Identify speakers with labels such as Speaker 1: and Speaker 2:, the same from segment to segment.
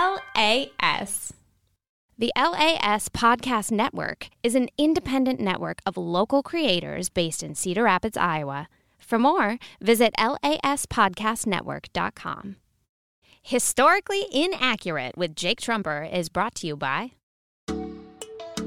Speaker 1: LAS.
Speaker 2: The LAS Podcast Network is an independent network of local creators based in Cedar Rapids, Iowa. For more, visit laspodcastnetwork.com. Historically Inaccurate with Jake Trumper is brought to you by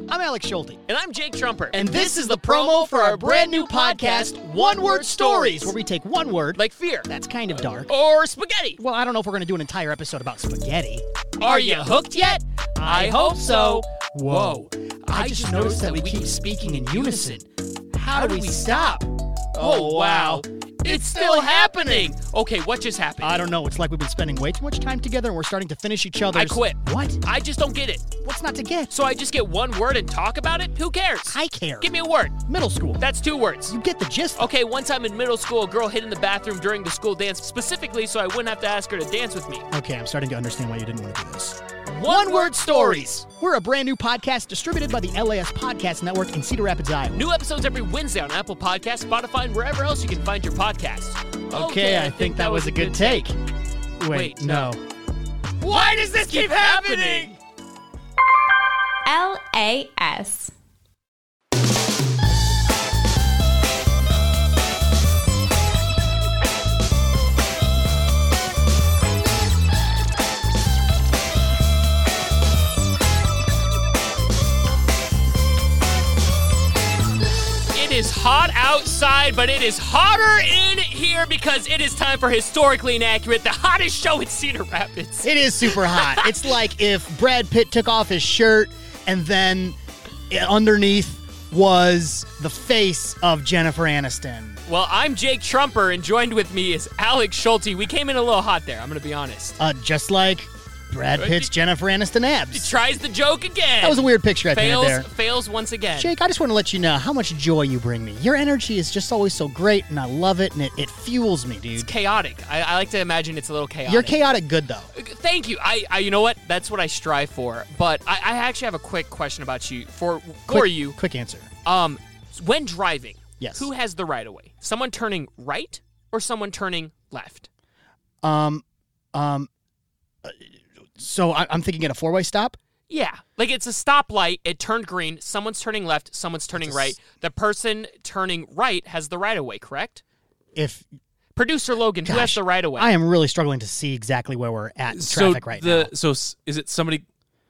Speaker 3: I'm Alex Schulte.
Speaker 4: And I'm Jake Trumper.
Speaker 3: And this is the promo for our brand new podcast, One Word Stories, where we take one word,
Speaker 4: Like fear.
Speaker 3: that's kind of dark.
Speaker 4: Or spaghetti.
Speaker 3: Well, I don't know if we're going to do an entire episode about spaghetti.
Speaker 4: Are you hooked yet? I hope so. Whoa.
Speaker 3: I just noticed that we keep speaking in unison. How do we stop?
Speaker 4: Oh, wow. It's still happening. Okay, what just happened?
Speaker 3: I don't know. It's like we've been spending way too much time together and we're starting to finish each other's.
Speaker 4: I quit.
Speaker 3: What?
Speaker 4: I just don't get it.
Speaker 3: What's not to get?
Speaker 4: So I just get one word and talk about it? Who cares?
Speaker 3: I care.
Speaker 4: Give me a word.
Speaker 3: middle school.
Speaker 4: That's two words.
Speaker 3: you get the gist.
Speaker 4: Okay, one time in middle school, a girl hid in the bathroom during the school dance specifically so I wouldn't have to ask her to dance with me.
Speaker 3: Okay, I'm starting to understand why you didn't want to do this.
Speaker 4: One Word Stories.
Speaker 3: We're a brand new podcast distributed by the LAS Podcast Network in Cedar Rapids, Iowa.
Speaker 4: New episodes every Wednesday on Apple Podcasts, Spotify, and wherever else you can find your podcasts.
Speaker 3: take. Wait,
Speaker 4: Wait,
Speaker 3: no.
Speaker 4: Why does this keep happening?
Speaker 1: LAS.
Speaker 4: It is hot outside, but it is hotter in here because it is time for Historically Inaccurate, the hottest show in Cedar Rapids.
Speaker 3: It is super hot. it's like if Brad Pitt took off his shirt and then underneath was the face of Jennifer Aniston.
Speaker 4: Well, I'm Jake Trumper, and joined with me is Alex Schulte. We came in a little hot there, I'm going to be honest.
Speaker 3: Uh, just like Brad Pitt's Jennifer Aniston abs.
Speaker 4: Tries the joke again.
Speaker 3: That was a weird picture I painted
Speaker 4: fails,
Speaker 3: there.
Speaker 4: fails once again.
Speaker 3: Jake, I just want to let you know how much joy you bring me. Your energy is just always so great, and I love it, and it, it fuels me,
Speaker 4: It's
Speaker 3: dude.
Speaker 4: chaotic. I, I like to imagine it's a little chaotic.
Speaker 3: You're chaotic good, though.
Speaker 4: Thank you. I, I, you know what? That's what I strive for. But I, I actually have a quick question about you. For for
Speaker 3: quick,
Speaker 4: you,
Speaker 3: Quick answer.
Speaker 4: um, when driving,
Speaker 3: Yes.
Speaker 4: who has the right of way? Someone turning right or someone turning left?
Speaker 3: Um, um, uh, so I, I'm thinking at a four way stop.
Speaker 4: Yeah, like it's a stoplight. It turned green. Someone's turning left. Someone's turning right. The person turning right has the right of way. Correct.
Speaker 3: If
Speaker 4: Producer Logan, who has
Speaker 3: Gosh,
Speaker 4: the right of way?
Speaker 3: I am really struggling to see exactly where we're at in traffic
Speaker 5: so
Speaker 3: right
Speaker 5: the,
Speaker 3: now.
Speaker 5: So s- is it somebody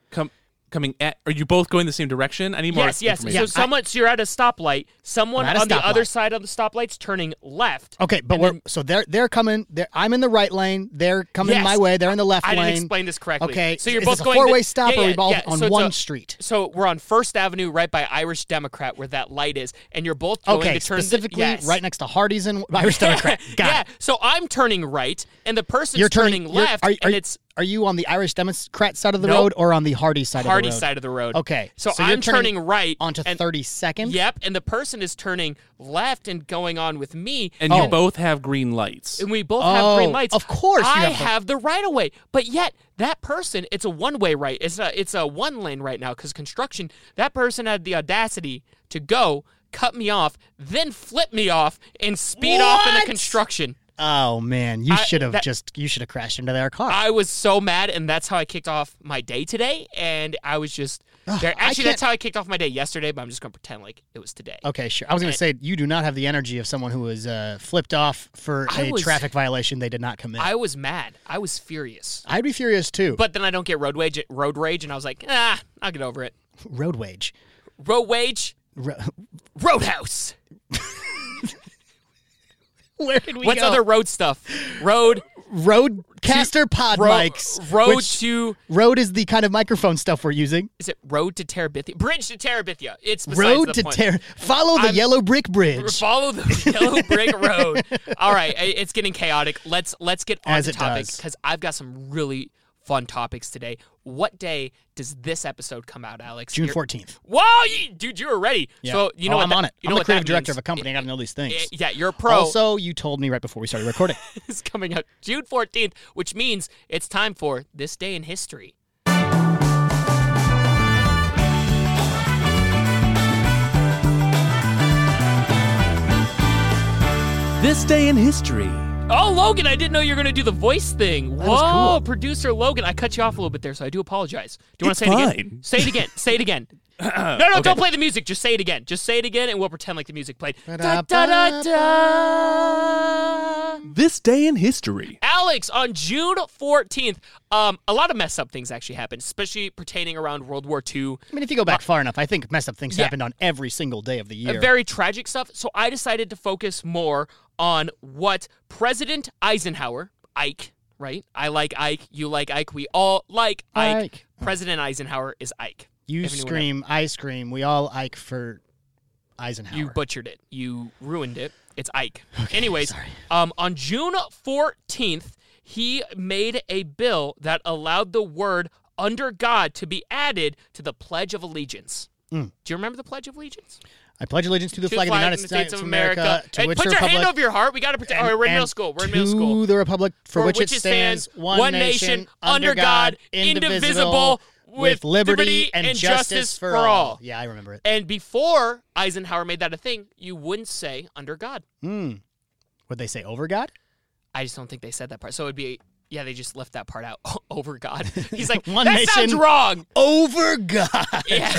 Speaker 5: com- coming at? Are you both going the same direction? I need more
Speaker 4: Yes, yes. So
Speaker 5: information.
Speaker 4: someone, so you're at a stoplight. Someone
Speaker 3: I'm at a
Speaker 4: on the other
Speaker 3: stoplight.
Speaker 4: side of the stoplight's turning left.
Speaker 3: Okay, but we're so they're they're coming. They're, I'm in the right lane. They're coming
Speaker 4: Yes.
Speaker 3: my way. They're in the left
Speaker 4: I didn't
Speaker 3: lane.
Speaker 4: explain this correctly.
Speaker 3: Okay,
Speaker 4: so you're
Speaker 3: is
Speaker 4: both
Speaker 3: this a
Speaker 4: going
Speaker 3: four-way
Speaker 4: the-
Speaker 3: stop,
Speaker 4: yeah,
Speaker 3: or are we
Speaker 4: yeah,
Speaker 3: both
Speaker 4: yeah.
Speaker 3: on
Speaker 4: So it's
Speaker 3: one
Speaker 4: a-
Speaker 3: street?
Speaker 4: So we're on First Avenue, right by Irish Democrat, where that light is, and you're both going
Speaker 3: Okay,
Speaker 4: to turn
Speaker 3: specifically
Speaker 4: yes.
Speaker 3: right next to Hardee's and Irish Democrat. Got
Speaker 4: yeah,
Speaker 3: it.
Speaker 4: so I'm turning right, and the person's
Speaker 3: You're
Speaker 4: turning,
Speaker 3: turning, you're-
Speaker 4: left,
Speaker 3: are, are,
Speaker 4: and it's
Speaker 3: are you on the Irish Democrat side of the
Speaker 4: Nope.
Speaker 3: road or on the Hardy side
Speaker 4: Hardy
Speaker 3: of the road?
Speaker 4: side of the road.
Speaker 3: Okay,
Speaker 4: so,
Speaker 3: so you're
Speaker 4: I'm turning,
Speaker 3: turning
Speaker 4: right
Speaker 3: onto
Speaker 4: and,
Speaker 3: 32nd.
Speaker 4: Yep, and the person is turning left and going on with me,
Speaker 5: and
Speaker 3: Oh.
Speaker 5: you both have green lights.
Speaker 4: and we both have green
Speaker 3: Oh,
Speaker 4: lights.
Speaker 3: of course you
Speaker 4: I
Speaker 3: have
Speaker 4: have,
Speaker 3: the-
Speaker 4: the right of way, but yet that person, it's a one way right. It's a it's a one lane right now because construction. That person had the audacity to go cut me off, then flip me off and speed off in the
Speaker 3: What?
Speaker 4: construction.
Speaker 3: Oh man, you
Speaker 4: I-
Speaker 3: should have
Speaker 4: that-
Speaker 3: just you should have crashed into their car.
Speaker 4: I was so mad, and that's how I kicked off my day today. And I was just there.
Speaker 3: I
Speaker 4: Actually, that's
Speaker 3: can't-
Speaker 4: how I kicked off my day yesterday. But I'm just gonna pretend like it was today.
Speaker 3: okay, sure. I was going to say you do not have the energy of someone who was uh, flipped off for
Speaker 4: I
Speaker 3: a
Speaker 4: was-
Speaker 3: traffic violation they did not commit. I,
Speaker 4: I was mad. I was furious.
Speaker 3: would be furious too.
Speaker 4: But then I don't get road rage. Road rage, and I was like, ah, I'll get over it.
Speaker 3: road wage.
Speaker 4: Road wage,
Speaker 3: Ro-
Speaker 4: roadhouse.
Speaker 3: Where did we
Speaker 4: What's
Speaker 3: go?
Speaker 4: other road stuff? Road,
Speaker 3: roadcaster pod
Speaker 4: ro-
Speaker 3: mics?
Speaker 4: road
Speaker 3: which-
Speaker 4: to
Speaker 3: road is the kind of microphone stuff we're using.
Speaker 4: is it road to Terabithia? Bridge to Terabithia. It's besides
Speaker 3: Road
Speaker 4: the
Speaker 3: to
Speaker 4: point.
Speaker 3: tear. Follow the
Speaker 4: I'm-
Speaker 3: yellow brick bridge.
Speaker 4: Follow the yellow brick road. All right, i- it's getting chaotic. Let's let's get on
Speaker 3: As
Speaker 4: to
Speaker 3: it
Speaker 4: topics
Speaker 3: does.
Speaker 4: because I've got some really fun topics today. What day does this episode come out, Alex?
Speaker 3: June
Speaker 4: You're-
Speaker 3: fourteenth.
Speaker 4: Whoa, you, dude, you were ready. So you know
Speaker 3: oh,
Speaker 4: what
Speaker 3: I'm
Speaker 4: that-
Speaker 3: on it.
Speaker 4: You
Speaker 3: I'm
Speaker 4: know
Speaker 3: the
Speaker 4: what
Speaker 3: creative
Speaker 4: that
Speaker 3: director
Speaker 4: means. Eh,
Speaker 3: of a company. I got to know these things.
Speaker 4: I- Yeah, you're a pro.
Speaker 3: Also, you told me right before we started recording.
Speaker 4: is coming out June 14th, which means it's time for This Day in History.
Speaker 5: this day in history.
Speaker 4: Oh, Logan, I didn't know you were going to do the voice thing.
Speaker 3: was
Speaker 4: Whoa,
Speaker 3: cool.
Speaker 4: producer Logan, I cut you off a little bit there, so I do apologize. Do you want
Speaker 5: It's
Speaker 4: to say it again?
Speaker 5: fine.
Speaker 4: Say it again. Say it again. no, no, don't play the music. Just say it again. Just say it again, and we'll pretend like the music played. Da, da, da, da.
Speaker 5: This day in history.
Speaker 4: Alex, on June 14th, um, a lot of mess up things actually happened, especially pertaining around World War II.
Speaker 3: I mean, if you go back far enough, I think messed up things
Speaker 4: Yeah.
Speaker 3: happened on every single day of the
Speaker 4: uh,
Speaker 3: year.
Speaker 4: very tragic stuff. So I decided to focus more on what President Eisenhower, Ike, right? I like Ike, you like Ike, we all like Ike.
Speaker 3: Ike.
Speaker 4: President Eisenhower is Ike.
Speaker 3: you
Speaker 4: If anyone
Speaker 3: scream, I scream. We all Ike for Eisenhower.
Speaker 4: You butchered it. You ruined it. It's Ike.
Speaker 3: Okay,
Speaker 4: Anyways,
Speaker 3: sorry.
Speaker 4: um, on June 14th, he made a bill that allowed the word under God to be added to the Pledge of Allegiance.
Speaker 3: Hmm.
Speaker 4: Do you remember the Pledge of Allegiance?
Speaker 3: I pledge allegiance to the
Speaker 4: To
Speaker 3: flag of the United States, of America, to
Speaker 4: Hey,
Speaker 3: which
Speaker 4: put
Speaker 3: the
Speaker 4: your
Speaker 3: republic,
Speaker 4: hand over your heart. We got to protect. Oh, we're in
Speaker 3: and
Speaker 4: middle school. We're in middle
Speaker 3: to
Speaker 4: school.
Speaker 3: the republic for, which, it stands, one, nation, under God, indivisible, with liberty and justice for all. Yeah, I remember it.
Speaker 4: And before Eisenhower made that a thing, you wouldn't say under God.
Speaker 3: Would they say over God?
Speaker 4: I just don't think they said that part. So it'd be yeah, they just left that part out. Over God, he's like
Speaker 3: One
Speaker 4: that sounds
Speaker 3: nation."
Speaker 4: wrong.
Speaker 3: Over God.
Speaker 4: Yeah,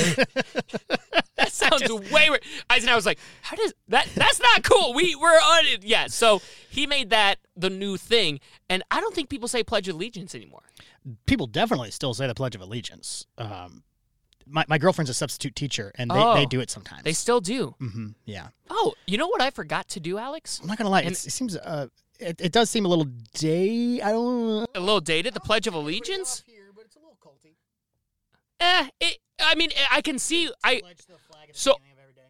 Speaker 4: that sounds way weird. Eisenhower's like, how does that? That's not cool. We we're on it. Yeah, so he made that the new thing, and I don't think people say Pledge of Allegiance anymore.
Speaker 3: People definitely still say the Pledge of Allegiance. Um, my, my girlfriend's a substitute teacher, and they,
Speaker 4: Oh.
Speaker 3: they do it sometimes.
Speaker 4: They still do.
Speaker 3: hmm Yeah.
Speaker 4: Oh, you know what I forgot to do, Alex?
Speaker 3: I'm not going to lie.
Speaker 4: And-
Speaker 3: it's, it seems, uh, it, it does seem a little day. I don't
Speaker 4: A little dated. The Pledge of Allegiance. Eh, it, I mean, I can see. I so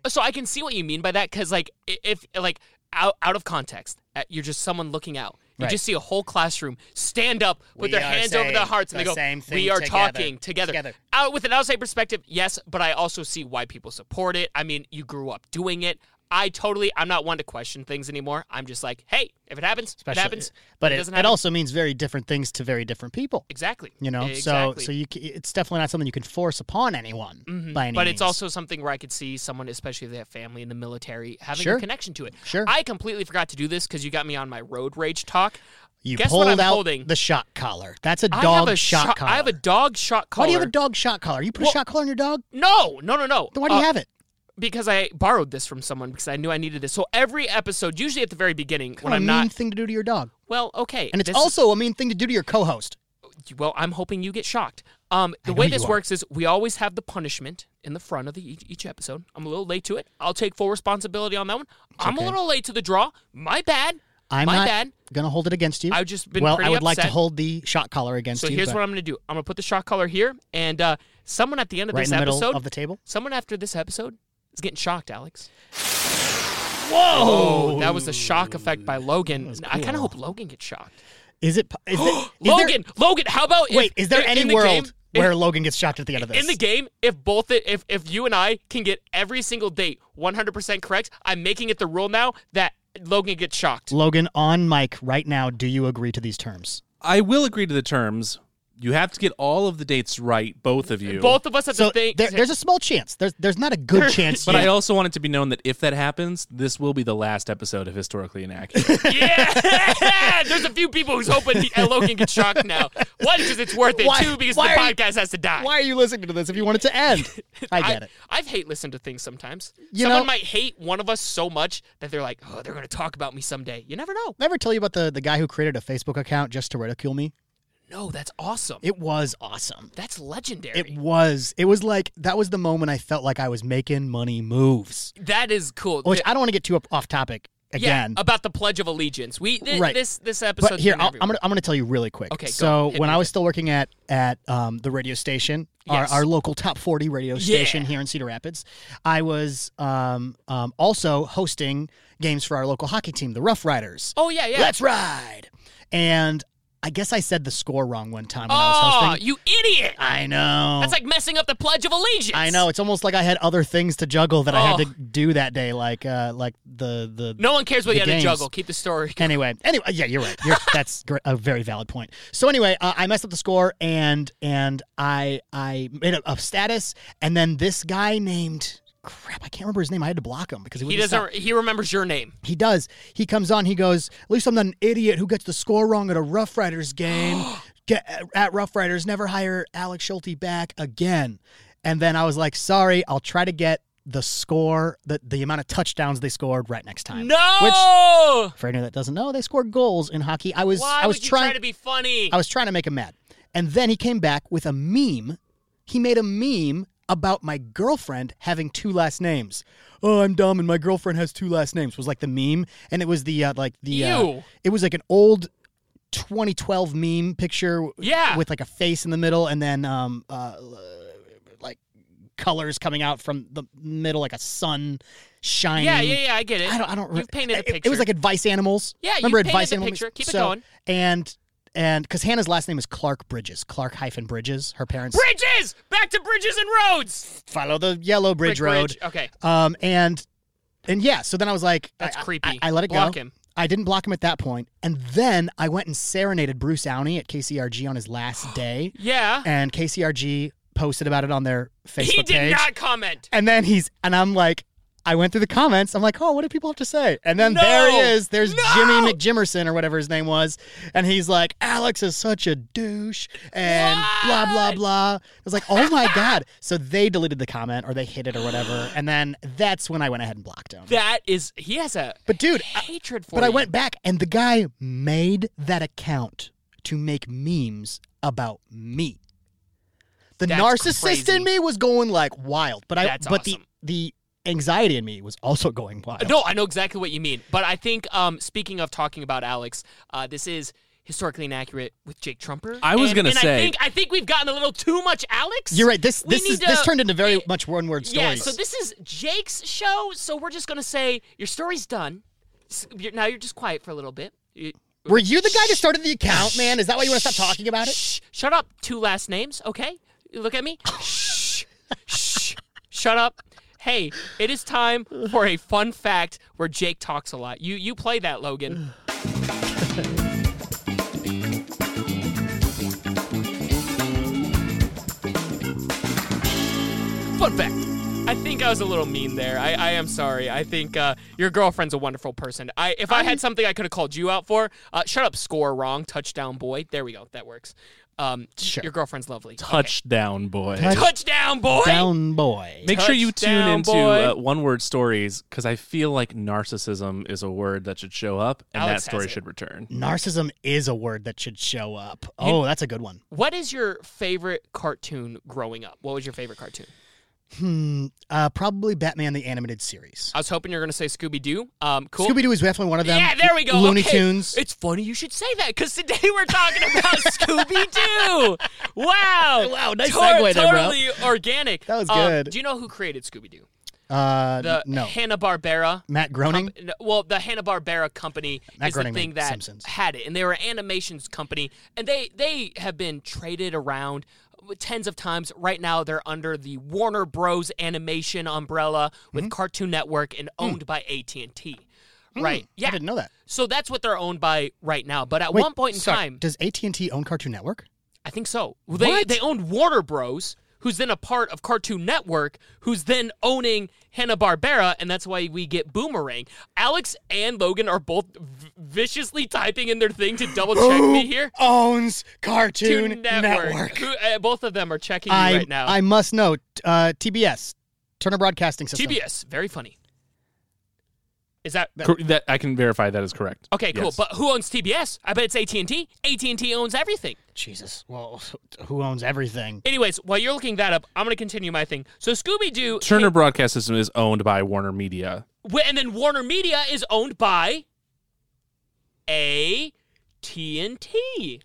Speaker 4: so I can see what you mean by that because like i- if like out out of context, uh, you're just someone looking out. You
Speaker 3: Right.
Speaker 4: just see a whole classroom stand up with
Speaker 3: We
Speaker 4: their
Speaker 3: are
Speaker 4: hands over their
Speaker 3: saying
Speaker 4: hearts and they
Speaker 3: the
Speaker 4: go,
Speaker 3: same
Speaker 4: "We
Speaker 3: thing
Speaker 4: are
Speaker 3: together,
Speaker 4: talking together."
Speaker 3: together.
Speaker 4: Out with an outside perspective, yes, but I also see why people support it. I mean, you grew up doing it. I totally. I'm not one to question things anymore. I'm just like, hey, if it happens, it
Speaker 3: Especially,
Speaker 4: happens.
Speaker 3: But it,
Speaker 4: If doesn't
Speaker 3: it
Speaker 4: happen,
Speaker 3: also means very different things to very different people.
Speaker 4: exactly.
Speaker 3: You know,
Speaker 4: exactly. Mm-hmm,
Speaker 3: so so you c- it's definitely not something you can force upon anyone by any
Speaker 4: but
Speaker 3: means.
Speaker 4: it's also something where I could see someone, especially if they have family in the military, having a
Speaker 3: Sure.
Speaker 4: connection to it.
Speaker 3: Sure.
Speaker 4: I completely forgot to do this because you got me on my road rage talk.
Speaker 3: you
Speaker 4: Guess
Speaker 3: pulled
Speaker 4: what I'm
Speaker 3: out
Speaker 4: holding?
Speaker 3: the shock collar. That's a
Speaker 4: I
Speaker 3: dog
Speaker 4: have a
Speaker 3: shock
Speaker 4: sho-
Speaker 3: collar.
Speaker 4: I have a dog shot collar.
Speaker 3: Why do you have a dog shock collar? You put
Speaker 4: Well-
Speaker 3: a shock collar on your dog?
Speaker 4: no, no, no, no.
Speaker 3: Then why do you
Speaker 4: Uh,
Speaker 3: have it?
Speaker 4: Because I borrowed this from someone because I knew I needed this. So every episode, usually at the very beginning,
Speaker 3: What
Speaker 4: when
Speaker 3: a
Speaker 4: I'm
Speaker 3: mean
Speaker 4: not
Speaker 3: thing to do to your dog.
Speaker 4: well, okay,
Speaker 3: And it's
Speaker 4: this is-
Speaker 3: also a mean thing to do to your co-host.
Speaker 4: well, I'm hoping you get shocked. Um, the
Speaker 3: know
Speaker 4: way
Speaker 3: you
Speaker 4: this
Speaker 3: are.
Speaker 4: works is we always have the punishment in the front of the each, each episode. I'm a little late to it. I'll take full responsibility on that one. I'm a
Speaker 3: okay.
Speaker 4: little late to the draw. My bad.
Speaker 3: I'm
Speaker 4: My
Speaker 3: not
Speaker 4: bad.
Speaker 3: gonna hold it against you.
Speaker 4: I've just been
Speaker 3: well.
Speaker 4: pretty
Speaker 3: I would like to
Speaker 4: upset.
Speaker 3: hold the shock collar against
Speaker 4: So
Speaker 3: you.
Speaker 4: here's
Speaker 3: but
Speaker 4: what I'm going to do. I'm going to put the shot collar here, and uh, someone at the end of
Speaker 3: right
Speaker 4: this
Speaker 3: in the middle
Speaker 4: episode,
Speaker 3: of the table.
Speaker 4: someone after this episode is getting shocked. Alex.
Speaker 3: Whoa!
Speaker 4: that was the shock effect by Logan. I kind of hope Logan gets shocked.
Speaker 3: Is it? po- Is it is there-
Speaker 4: Logan, Logan, how about if-
Speaker 3: wait, is there
Speaker 4: in
Speaker 3: any
Speaker 4: the
Speaker 3: world
Speaker 4: game-
Speaker 3: where Logan gets shocked at the end of this?
Speaker 4: in the game if both it, if if you and I can get every single date 100% correct? I'm making it the rule now that Logan gets shocked.
Speaker 3: Logan on mic right now. Do you agree to these terms?
Speaker 5: I will agree to the terms. You have to get all of the dates right, both of you.
Speaker 4: Both of us have
Speaker 3: So
Speaker 4: to think.
Speaker 3: there, there's a small chance. There's there's not a good chance.
Speaker 5: But
Speaker 3: yet.
Speaker 5: I also want it to be known that if that happens, this will be the last episode of Historically Inaccurate.
Speaker 4: Yeah, there's a few people who's hoping he- Logan gets shocked now. One, because it's worth it.
Speaker 3: Why-
Speaker 4: Two, because the
Speaker 3: why are you-
Speaker 4: podcast has to die.
Speaker 3: Why are you listening to this if you want it to end? I get it.
Speaker 4: I've hate listened to things sometimes.
Speaker 3: You
Speaker 4: Someone
Speaker 3: know-
Speaker 4: might hate one of us so much that they're like, "Oh, they're gonna talk about me someday." You never know.
Speaker 3: Never tell you about the, the guy who created a Facebook account just to ridicule me.
Speaker 4: No, that's awesome.
Speaker 3: It was awesome.
Speaker 4: that's legendary.
Speaker 3: It was. It was like that was the moment I felt like I was making money moves.
Speaker 4: that is cool.
Speaker 3: Which
Speaker 4: Th-
Speaker 3: I don't want to get too up, off topic
Speaker 4: yeah,
Speaker 3: Oh, again.
Speaker 4: about the Pledge of Allegiance. We th-
Speaker 3: Right.
Speaker 4: this this episode.
Speaker 3: but here I'll, I'm gonna I'm gonna tell you really quick.
Speaker 4: Okay, go.
Speaker 3: so
Speaker 4: Hit
Speaker 3: when
Speaker 4: me
Speaker 3: I
Speaker 4: with
Speaker 3: was still working at at um, the radio station,
Speaker 4: Yes.
Speaker 3: our, our local top 40 radio station here in Cedar Rapids, I was um, um, also hosting games for our local hockey team, the Rough Riders.
Speaker 4: Oh yeah, yeah.
Speaker 3: Let's ride! And I guess I said the score wrong one time when I was
Speaker 4: oh,
Speaker 3: hosting.
Speaker 4: you idiot!
Speaker 3: I know.
Speaker 4: That's like messing up the Pledge of Allegiance.
Speaker 3: I know. It's almost like I had other things to juggle that I had
Speaker 4: Oh.
Speaker 3: to do that day, like uh, like the the
Speaker 4: No one cares what
Speaker 3: The
Speaker 4: you had to
Speaker 3: games.
Speaker 4: juggle. Keep the story.
Speaker 3: Anyway, anyway, uh, yeah, you're right. You're, that's gr- a very valid point. So anyway, uh, I messed up the score and and I I made a, a status, and then this guy named crap, I can't remember his name. I had to block him because he,
Speaker 4: He
Speaker 3: wouldn't
Speaker 4: doesn't.
Speaker 3: stop.
Speaker 4: He remembers your name.
Speaker 3: He does. He comes on. He goes, At least I'm not an idiot who gets the score wrong at a Rough Riders game. Get, uh, at Rough Riders, never hire Alex Schulte back again. And then I was like, Sorry, I'll try to get the score, the, the amount of touchdowns they scored right next time. Which,
Speaker 4: No.
Speaker 3: for anyone that doesn't know, they scored goals in hockey. I was,
Speaker 4: Why
Speaker 3: I was
Speaker 4: would you
Speaker 3: trying
Speaker 4: try to be funny?
Speaker 3: I was trying to make him mad. And then he came back with a meme. He made a meme about my girlfriend having two last names. Oh, I'm dumb and my girlfriend has two last names was like the meme and it was the uh, like the uh,
Speaker 4: Ew.
Speaker 3: it was like an old 2012 meme picture w-
Speaker 4: Yeah.
Speaker 3: with like a face in the middle and then um uh like colors coming out from the middle like a sun shining
Speaker 4: yeah, yeah, yeah. I get it.
Speaker 3: I don't. I don't. re-
Speaker 4: You've painted a
Speaker 3: it-
Speaker 4: picture.
Speaker 3: It was like advice animals.
Speaker 4: Yeah, you
Speaker 3: remember
Speaker 4: painted
Speaker 3: advice
Speaker 4: the
Speaker 3: animals?
Speaker 4: picture. Keep it
Speaker 3: so,
Speaker 4: going.
Speaker 3: And and because Hannah's last name is Clark Bridges, Clark hyphen Bridges. Her parents
Speaker 4: bridges. Back to bridges and roads.
Speaker 3: follow the yellow bridge
Speaker 4: Brick
Speaker 3: road.
Speaker 4: Okay,
Speaker 3: Um and and yeah. So then I was like,
Speaker 4: that's
Speaker 3: I- I-
Speaker 4: creepy.
Speaker 3: I, I let it
Speaker 4: Block
Speaker 3: go.
Speaker 4: him.
Speaker 3: I didn't block him at that point. And then I went and serenaded Bruce Downey at KCRG on his last day,
Speaker 4: Yeah.
Speaker 3: and KCRG posted about it on their Facebook
Speaker 4: he did
Speaker 3: page.
Speaker 4: not comment.
Speaker 3: And then he's and I'm like, I went through the comments. I'm like, oh, what do people have to say? And then
Speaker 4: No!
Speaker 3: there he is. There's
Speaker 4: No!
Speaker 3: Jimmy McJimerson or whatever his name was, and he's like, Alex is such a douche and blah blah
Speaker 4: What?
Speaker 3: blah. I was like, oh my god. So they deleted the comment or they hid it or whatever, and then that's when I went ahead and blocked him.
Speaker 4: That is. He has a
Speaker 3: But dude, I-
Speaker 4: hatred for.
Speaker 3: but I
Speaker 4: you.
Speaker 3: went back and the guy made that account to make memes about me. The
Speaker 4: That's
Speaker 3: narcissist
Speaker 4: crazy.
Speaker 3: in me was going like wild, but I
Speaker 4: That's
Speaker 3: but
Speaker 4: awesome.
Speaker 3: the the anxiety in me was also going wild.
Speaker 4: Uh, No, I know exactly what you mean. But I think, um, speaking of talking about Alex, uh, this is historically inaccurate with Jake Trumper.
Speaker 5: I was
Speaker 4: And-
Speaker 5: gonna
Speaker 4: and I
Speaker 5: say-
Speaker 4: think, I think we've gotten a little too much Alex.
Speaker 3: You're right. This
Speaker 4: We
Speaker 3: this
Speaker 4: need
Speaker 3: is this
Speaker 4: to-
Speaker 3: turned into very
Speaker 4: it-
Speaker 3: much one word
Speaker 4: Yeah.
Speaker 3: stories.
Speaker 4: So this is Jake's show. So we're just gonna say your story's done. S- you're- now you're just quiet for a little bit. You-
Speaker 3: Were you the guy that started the account, man? Is that why you want to stop talking about it?
Speaker 4: Shh, shut up. Two last names, okay? You Look at me. Shh. Shh. Shut up. Hey, it is time for a fun fact where Jake talks a lot. You you play that, Logan. fun fact. I think I was a little mean there. I, I am sorry. I think uh, your girlfriend's a wonderful person. I if i had something I could have called you out for, uh, shut up, score wrong, touchdown boy. There we go. That works. Um,
Speaker 3: Sure.
Speaker 4: Your girlfriend's lovely.
Speaker 5: Touchdown, boy.
Speaker 4: Okay. touchdown boy.
Speaker 3: Down boy.
Speaker 5: Make sure you tune
Speaker 4: Touchdown,
Speaker 5: into
Speaker 4: boy.
Speaker 5: uh, one word stories because I feel like narcissism is a word that should show up and
Speaker 4: Alex
Speaker 5: that
Speaker 4: has
Speaker 5: story
Speaker 4: it.
Speaker 5: should return.
Speaker 3: Narcissism is a word that should show up. Oh, that's a good one.
Speaker 4: What is your favorite cartoon growing up? What was your favorite cartoon?
Speaker 3: Hmm. Uh, probably Batman the animated series.
Speaker 4: I was hoping you were gonna say Scooby Doo. Um, cool.
Speaker 3: Scooby Doo is definitely one of them.
Speaker 4: Yeah, there we go.
Speaker 3: Looney
Speaker 4: Okay.
Speaker 3: Tunes.
Speaker 4: It's funny you should say that because today we're talking about Scooby Doo. Wow.
Speaker 3: Wow, nice segue there, bro.
Speaker 4: Totally organic.
Speaker 3: That was
Speaker 4: Um,
Speaker 3: good.
Speaker 4: do you know who created Scooby Doo?
Speaker 3: Uh,
Speaker 4: The
Speaker 3: no.
Speaker 4: Hanna Barbera.
Speaker 3: Matt Groening.
Speaker 4: Well, the Hanna Barbera company
Speaker 3: Matt
Speaker 4: is the
Speaker 3: Groening
Speaker 4: thing
Speaker 3: made
Speaker 4: that
Speaker 3: Simpsons.
Speaker 4: had it, and they were an animations company, and they they have been traded around uh, tens of times. Right now, they're under the Warner Bros. Animation umbrella
Speaker 3: Mm-hmm.
Speaker 4: with Cartoon Network and owned by AT and T. Right?
Speaker 3: Hmm. I
Speaker 4: Yeah.
Speaker 3: didn't know that.
Speaker 4: So that's what they're owned by right now. But at
Speaker 3: Wait,
Speaker 4: one point in
Speaker 3: sorry,
Speaker 4: time,
Speaker 3: does AT and T own Cartoon Network?
Speaker 4: I think so. Well, They
Speaker 3: What?
Speaker 4: they owned Warner Bros, who's then a part of Cartoon Network, who's then owning Hanna Barbera, and that's why we get Boomerang. Alex and Logan are both v- viciously typing in their thing to double check me here.
Speaker 3: Owns Oh, Cartoon
Speaker 4: Cartoon Network. Who- uh, both of them are checking me
Speaker 3: I
Speaker 4: right now.
Speaker 3: I must know. t- Uh, TBS, Turner Broadcasting System.
Speaker 4: TBS, very funny. Is that
Speaker 5: Cor- that I can verify that is correct.
Speaker 4: okay? Cool.
Speaker 5: Yes.
Speaker 4: But who owns TBS? I bet it's AT and T. AT and T owns everything.
Speaker 3: Jesus. Well, who owns everything?
Speaker 4: Anyways, while you're looking that up, I'm gonna continue my thing. So Scooby Doo
Speaker 5: Turner Broadcast System is owned by Warner Media.
Speaker 4: Wh- and then Warner Media is owned by a TNT.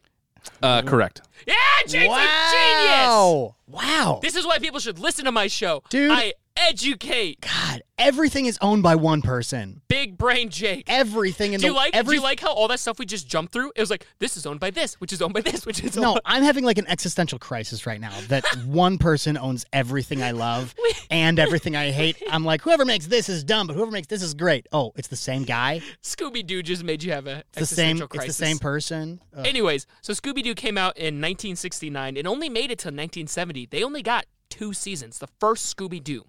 Speaker 5: Uh, correct.
Speaker 4: Yeah, Jake's a genius.
Speaker 3: wow. Wow.
Speaker 4: This is why people should listen to my show.
Speaker 3: Dude.
Speaker 4: I educate
Speaker 3: God, everything is owned by one person.
Speaker 4: big brain Jake.
Speaker 3: Everything in the
Speaker 4: Do you like
Speaker 3: every,
Speaker 4: do you like how all that stuff we just jumped through? It was like this is owned by this, which is owned by this, which is owned
Speaker 3: No, I'm having like an existential crisis right now that one person owns everything I love and everything I hate. I'm like, whoever makes this is dumb, but whoever makes this is great. Oh, it's the same guy.
Speaker 4: Scooby Doo just made you have a
Speaker 3: It's the same.
Speaker 4: existential crisis.
Speaker 3: It's the same person. Uh, Ugh.
Speaker 4: Anyways, so Scooby Doo came out in 1969 and only made it till 1970. They only got two seasons, the first Scooby Doo.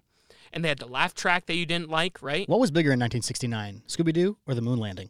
Speaker 4: and they had the laugh track that you didn't like, right?
Speaker 3: What was bigger in 1969, Scooby Doo or the moon landing?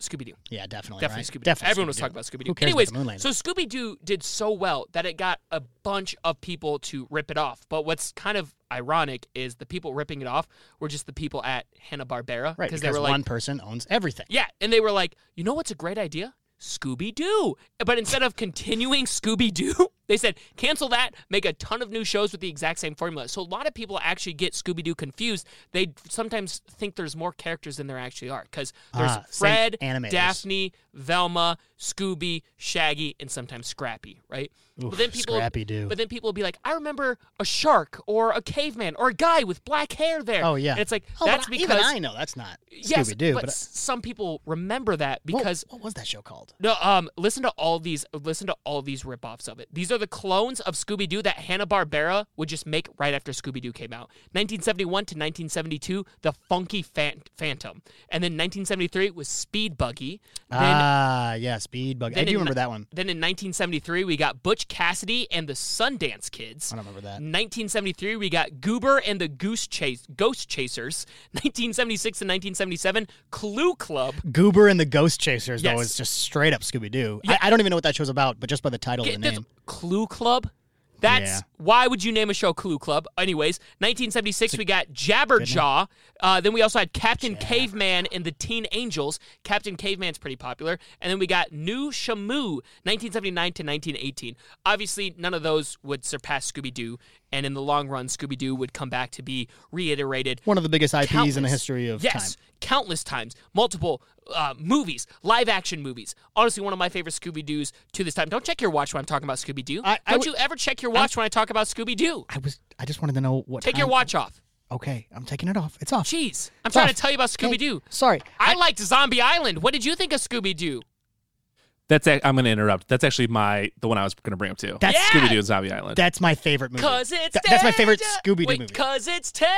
Speaker 4: Scooby Doo.
Speaker 3: Yeah, definitely.
Speaker 4: Definitely
Speaker 3: right?
Speaker 4: Scooby Doo.
Speaker 3: Definitely
Speaker 4: Everyone was
Speaker 3: Scooby-Doo.
Speaker 4: talking about Scooby
Speaker 3: Who
Speaker 4: Doo.
Speaker 3: cares about
Speaker 4: Anyways,
Speaker 3: the moon landing?
Speaker 4: so Scooby Doo did so well that it got a bunch of people to rip it off. But what's kind of ironic is the people ripping it off were just the people at Hanna Barbera
Speaker 3: right,
Speaker 4: they
Speaker 3: because
Speaker 4: were like,
Speaker 3: one person owns everything.
Speaker 4: yeah, and they were like, you know what's a great idea? Scooby Doo. But instead of continuing Scooby Doo, they said cancel that, make a ton of new shows with the exact same formula. So a lot of people actually get Scooby Doo confused. They sometimes think there's more characters than there actually are because there's
Speaker 3: Ah, same
Speaker 4: Fred,
Speaker 3: animators.
Speaker 4: Daphne, Velma, Scooby, Shaggy, and sometimes Scrappy, right? but then people,
Speaker 3: Scrappy Doo.
Speaker 4: But then people will be like, I remember a shark or a caveman or a guy with black hair there.
Speaker 3: Oh yeah.
Speaker 4: And it's like
Speaker 3: oh,
Speaker 4: that's
Speaker 3: but I-
Speaker 4: because
Speaker 3: even I know that's not
Speaker 4: Yes,
Speaker 3: Scooby Doo.
Speaker 4: but,
Speaker 3: But,
Speaker 4: s- some people remember that
Speaker 3: what-
Speaker 4: because
Speaker 3: what, was that show called?
Speaker 4: no. Um, listen to all these. Listen to all these ripoffs of it. These are the clones of Scooby Doo that Hanna Barbera would just make right after Scooby Doo came out. 1971 to 1972, the Funky Fan- Phantom, and then 1973 was Speed Buggy. Then,
Speaker 3: ah, yeah, Speed Bug. I
Speaker 4: then
Speaker 3: do
Speaker 4: in-
Speaker 3: remember that one.
Speaker 4: then in 1973 we got Butch Cassidy and the Sundance Kids.
Speaker 3: I don't remember that.
Speaker 4: 1973, we got Goober and the Goose Chase, Ghost Chasers. 1976 and 1977, Clue Club.
Speaker 3: Goober and the Ghost Chasers though
Speaker 4: Yes.
Speaker 3: is just straight up Scooby Doo. I, I don't even know what that show's about, but just by the title
Speaker 4: Get-
Speaker 3: and the
Speaker 4: that's-
Speaker 3: name.
Speaker 4: Clue Club. That's
Speaker 3: Yeah.
Speaker 4: why would you name a show Clue Club? Anyways, 1976 we got Jabberjaw. Uh, then we also had Captain Caveman and the Teen Angels. Captain Caveman's pretty popular, and then we got New Shamu, 1979 to 1918. Obviously, none of those would surpass Scooby Doo, and in the long run, Scooby Doo would come back to be reiterated
Speaker 3: One of the biggest IPs in the
Speaker 4: countless-
Speaker 3: history of
Speaker 4: yes,
Speaker 3: time.
Speaker 4: countless times, multiple uh, movies, live action movies. Honestly, one of my favorite Scooby Doo's to this time. Don't check your watch when I'm talking about Scooby Doo.
Speaker 3: I-
Speaker 4: Don't
Speaker 3: I would-
Speaker 4: you ever check your watch when I talk about Scooby Doo?
Speaker 3: I was. I just wanted to know what.
Speaker 4: Take your
Speaker 3: time-
Speaker 4: watch off.
Speaker 3: Okay, I'm taking it off. It's off.
Speaker 4: Jeez, I'm
Speaker 3: It's off.
Speaker 4: trying to tell you about
Speaker 3: Okay,
Speaker 4: Scooby Doo.
Speaker 3: Sorry.
Speaker 4: I, liked Zombie Island. What did you think of Scooby Doo?
Speaker 5: That's i am I'm going to interrupt. That's actually my the one I was going to bring up too.
Speaker 3: That's- Yeah!
Speaker 5: Scooby Doo and Zombie Island.
Speaker 3: That's my favorite movie.
Speaker 4: Cause it's
Speaker 3: Th- that's my favorite
Speaker 4: danger-
Speaker 3: Scooby Doo
Speaker 4: Wait,
Speaker 3: movie.
Speaker 4: Cause it's terror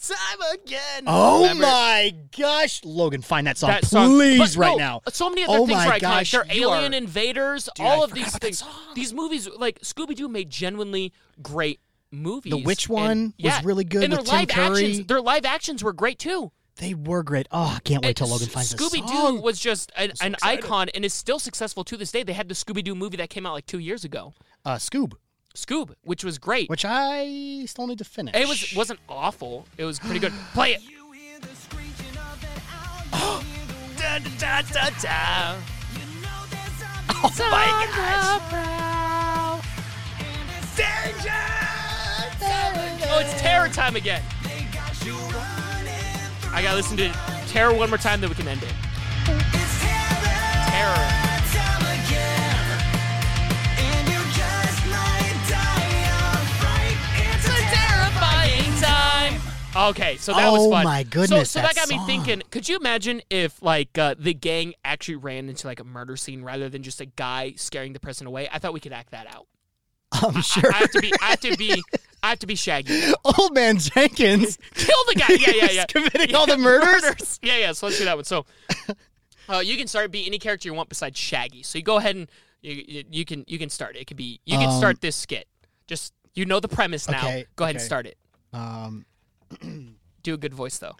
Speaker 4: time again.
Speaker 3: Oh
Speaker 4: Remember?
Speaker 3: my gosh, Logan, find that song,
Speaker 4: That
Speaker 3: Um,
Speaker 4: song,
Speaker 3: please,
Speaker 4: But
Speaker 3: right
Speaker 4: no,
Speaker 3: now.
Speaker 4: So many other
Speaker 3: Oh
Speaker 4: things
Speaker 3: my
Speaker 4: are iconic.
Speaker 3: gosh,
Speaker 4: They're
Speaker 3: you
Speaker 4: alien
Speaker 3: are-
Speaker 4: invaders.
Speaker 3: Dude,
Speaker 4: all
Speaker 3: I
Speaker 4: of
Speaker 3: forgot
Speaker 4: these
Speaker 3: about that
Speaker 4: things.
Speaker 3: song.
Speaker 4: These movies, like Scooby Doo, made genuinely great movies.
Speaker 3: The Witch
Speaker 4: And-
Speaker 3: one was
Speaker 4: yeah,
Speaker 3: really good
Speaker 4: And their
Speaker 3: with Tim
Speaker 4: live
Speaker 3: Curry.
Speaker 4: actions, their live actions were great too.
Speaker 3: They were great. Oh, I can't wait till Logan finds this
Speaker 4: Scooby Doo
Speaker 3: song.
Speaker 4: was just an, an icon and is still successful to this day. They had the Scooby Doo movie that came out like two years ago,
Speaker 3: uh, Scoob,
Speaker 4: Scoob, which was great.
Speaker 3: which I still need to finish.
Speaker 4: it was wasn't awful. It was pretty good. Play it.
Speaker 1: You hear the screeching of an owl. You hear the
Speaker 4: Da, da, da, da, da.
Speaker 1: you know there's a
Speaker 4: Oh my gosh. Oh, it's terror time again.
Speaker 1: They got you running through.
Speaker 4: I gotta listen to Terror one more time, then we can end it.
Speaker 1: It's terror
Speaker 4: Terror.
Speaker 1: time again. And you just might die of fright. It's a terror.
Speaker 4: Terrifying time. Okay, so that was
Speaker 3: Oh
Speaker 4: fun.
Speaker 3: my
Speaker 4: So,
Speaker 3: goodness,
Speaker 4: so that,
Speaker 3: that
Speaker 4: got me
Speaker 3: song.
Speaker 4: thinking. Could you imagine if like uh, the gang actually ran into like a murder scene rather than just a guy scaring the person away? I thought we could act that out.
Speaker 3: I'm sure.
Speaker 4: I have to be. I have to be. I have to be Shaggy.
Speaker 3: Old man Jenkins
Speaker 4: Kill the guy. Yeah, yeah,
Speaker 3: is
Speaker 4: yeah.
Speaker 3: committing all the murders.
Speaker 4: Yeah, yeah. So let's do that one. So, uh, you can start be any character you want besides Shaggy. So you go ahead and you, you, you can you can start. it. It could be you can
Speaker 3: Um,
Speaker 4: start this skit. Just you know the premise now.
Speaker 3: Okay,
Speaker 4: go ahead and
Speaker 3: okay.
Speaker 4: start it.
Speaker 3: Um,
Speaker 4: Do a good voice though.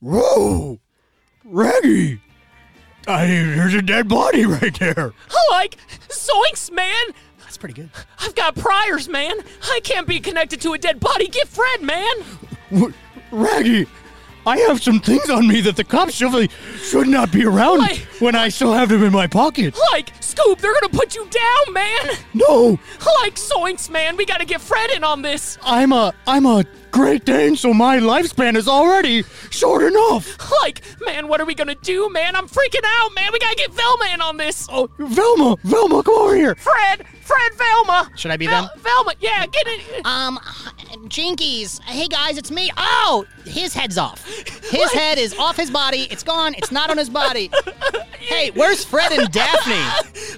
Speaker 3: whoa, Reggie, I, there's a dead body right there.
Speaker 4: I like Zoinks, man.
Speaker 3: That's pretty good.
Speaker 4: I've got priors, man. I can't be connected to a dead body. Get Fred, man.
Speaker 3: W- Reggie, I have some things on me that the cops surely should not be around
Speaker 4: Why?
Speaker 3: when I still have them in my pocket.
Speaker 4: Like Scoop, they're gonna put you down, man.
Speaker 3: No,
Speaker 4: Like Zoinks, man. We gotta get Fred in on this.
Speaker 3: I'm a I'm a Great Dane, so my lifespan is already short enough.
Speaker 4: Like, man, what are we gonna do, man? I'm freaking out, man. We gotta get Velma in on this.
Speaker 3: Oh, Velma, Velma, come over here.
Speaker 4: Fred, Fred, Velma.
Speaker 3: Should I be
Speaker 4: Vel-
Speaker 3: them?
Speaker 4: Velma, yeah, get it.
Speaker 6: Um, Jinkies. Hey guys, it's me. Oh, his head's off. His head is off his body. It's gone. It's not on his body. Hey, where's Fred and Daphne?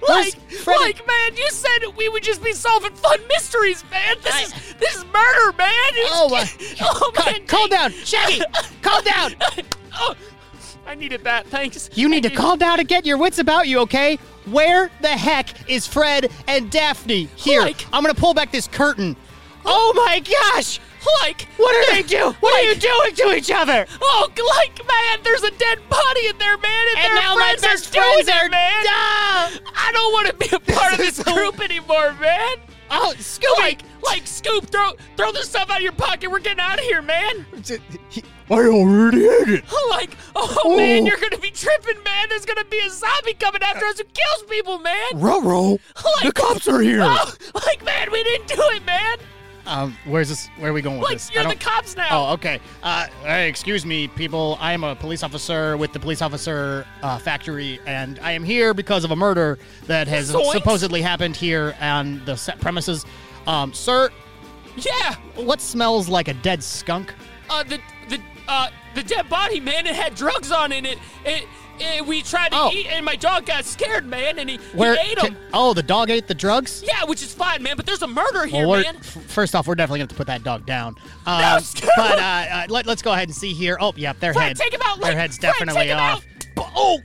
Speaker 6: Where's
Speaker 4: Like,
Speaker 6: Fred and-
Speaker 4: like, man, you said we would just be solving fun mysteries, man. This is this is murder, man. It's-
Speaker 6: Oh, uh,
Speaker 4: oh
Speaker 6: Ca-
Speaker 4: man,
Speaker 6: calm
Speaker 4: dang.
Speaker 6: down, Shaggy. Calm down.
Speaker 4: Oh, I needed that. Thanks.
Speaker 6: You need to
Speaker 4: Thank
Speaker 6: calm down and get your wits about you, okay? Where the heck is Fred and Daphne? Here,
Speaker 4: Like-
Speaker 6: I'm gonna pull back this curtain. Oh my gosh!
Speaker 4: Like,
Speaker 6: What are they do? What are you doing to each other?
Speaker 4: oh, like, man, there's a dead body in there, man, and,
Speaker 6: And
Speaker 4: their
Speaker 6: now my
Speaker 4: friends
Speaker 6: best
Speaker 4: are doing
Speaker 6: friends
Speaker 4: it,
Speaker 6: are
Speaker 4: man.
Speaker 6: Ah!
Speaker 4: I don't want to be a part of this group anymore, man.
Speaker 6: Oh, Scooby!
Speaker 4: Like, like, Scoop, throw, throw this stuff out of your pocket. We're getting out of here, man.
Speaker 3: I already ate it.
Speaker 4: Like, oh, man,
Speaker 3: Oh.
Speaker 4: you're gonna be tripping, man. There's gonna be a zombie coming after us who kills people, man.
Speaker 3: Ruh-roh.
Speaker 4: Like,
Speaker 3: The cops are here.
Speaker 4: Oh, like, man, we didn't do it, man.
Speaker 6: Um, where's this? Where are we going with
Speaker 4: Like,
Speaker 6: this? I
Speaker 4: you're the
Speaker 6: don't-
Speaker 4: cops now.
Speaker 6: Oh, okay. Uh, hey, excuse me, people. I am a police officer with the police officer uh, factory, and I am here because of a murder that has
Speaker 4: Zoinks.
Speaker 6: supposedly happened here on the set premises. Um, sir,
Speaker 4: Yeah,
Speaker 6: what smells like a dead skunk?
Speaker 4: uh, the the uh the dead body, man. It had drugs on it. It it, it we tried to
Speaker 6: Oh.
Speaker 4: eat, and my dog got scared, man, and he,
Speaker 6: Where?
Speaker 4: he ate
Speaker 6: can-
Speaker 4: him.
Speaker 6: oh, the dog ate the drugs.
Speaker 4: Yeah, which is fine, man. But there's a murder here,
Speaker 6: we're,
Speaker 4: man.
Speaker 6: f- first off, we're definitely going to put that dog down. Um,
Speaker 4: Scoob!
Speaker 6: but uh, uh, let, us go ahead and see here. Oh, yep, their
Speaker 4: Fred,
Speaker 6: head.
Speaker 4: take him out.
Speaker 6: Their
Speaker 4: Link.
Speaker 6: head's
Speaker 4: Fred,
Speaker 6: definitely
Speaker 4: take him
Speaker 6: off.
Speaker 4: Out. B- Oh,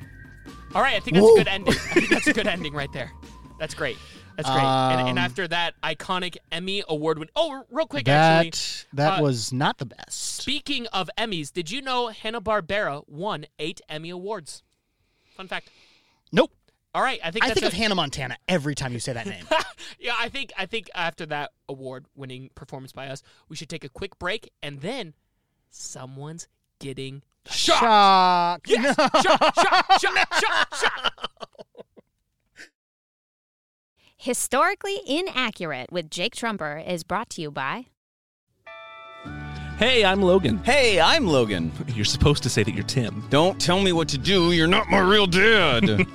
Speaker 4: all right. I think that's
Speaker 3: Whoa.
Speaker 4: a good ending. I think that's a good ending right there. That's great. That's great. and,
Speaker 6: Um,
Speaker 4: and after that iconic Emmy award win. Oh, real quick, actually.
Speaker 6: That that
Speaker 4: uh,
Speaker 6: was not the best.
Speaker 4: Speaking of Emmys, did you know Hanna Barbera won eight Emmy awards? Fun fact.
Speaker 6: Nope.
Speaker 4: All right, I think
Speaker 6: I
Speaker 4: that's
Speaker 6: think
Speaker 4: it.
Speaker 6: of Hannah Montana every time you say that name.
Speaker 4: yeah, I think I think after that award-winning performance by us, we should take a quick break, and then someone's getting shot.
Speaker 6: Shock.
Speaker 4: Yes, shot,
Speaker 6: Oh,
Speaker 4: shot, shot, shot, shot.
Speaker 2: Historically Inaccurate with Jake Trumper is brought to you by
Speaker 5: Hey, I'm Logan.
Speaker 1: Hey, I'm Logan.
Speaker 5: You're supposed to say that you're Tim.
Speaker 1: Don't tell me what to do. You're not my real dad.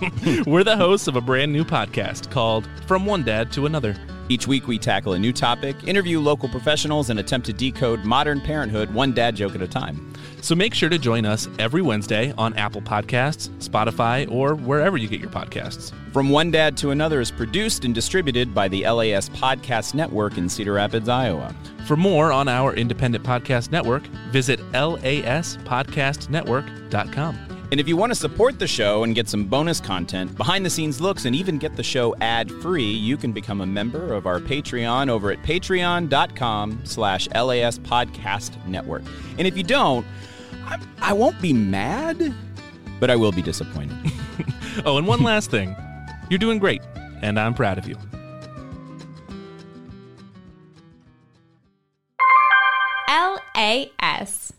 Speaker 5: We're the hosts of a brand new podcast called From One Dad to Another.
Speaker 1: Each week, we tackle a new topic, interview local professionals, and attempt to decode modern parenthood one dad joke at a time.
Speaker 5: So make sure to join us every Wednesday on Apple Podcasts, Spotify, or wherever you get your podcasts.
Speaker 1: From One Dad to Another is produced and distributed by the LAS Podcast Network in Cedar Rapids, Iowa.
Speaker 5: For more on our independent podcast network, visit laspodcastnetwork.com.
Speaker 1: And if you want to support the show and get some bonus content, behind the scenes looks, and even get the show ad free, you can become a member of our Patreon over at patreon.com slash LAS Podcast Network. And if you don't, I, I won't be mad, but I will be disappointed.
Speaker 5: Oh, and one last thing you're doing great, and I'm proud of you.
Speaker 2: LAS.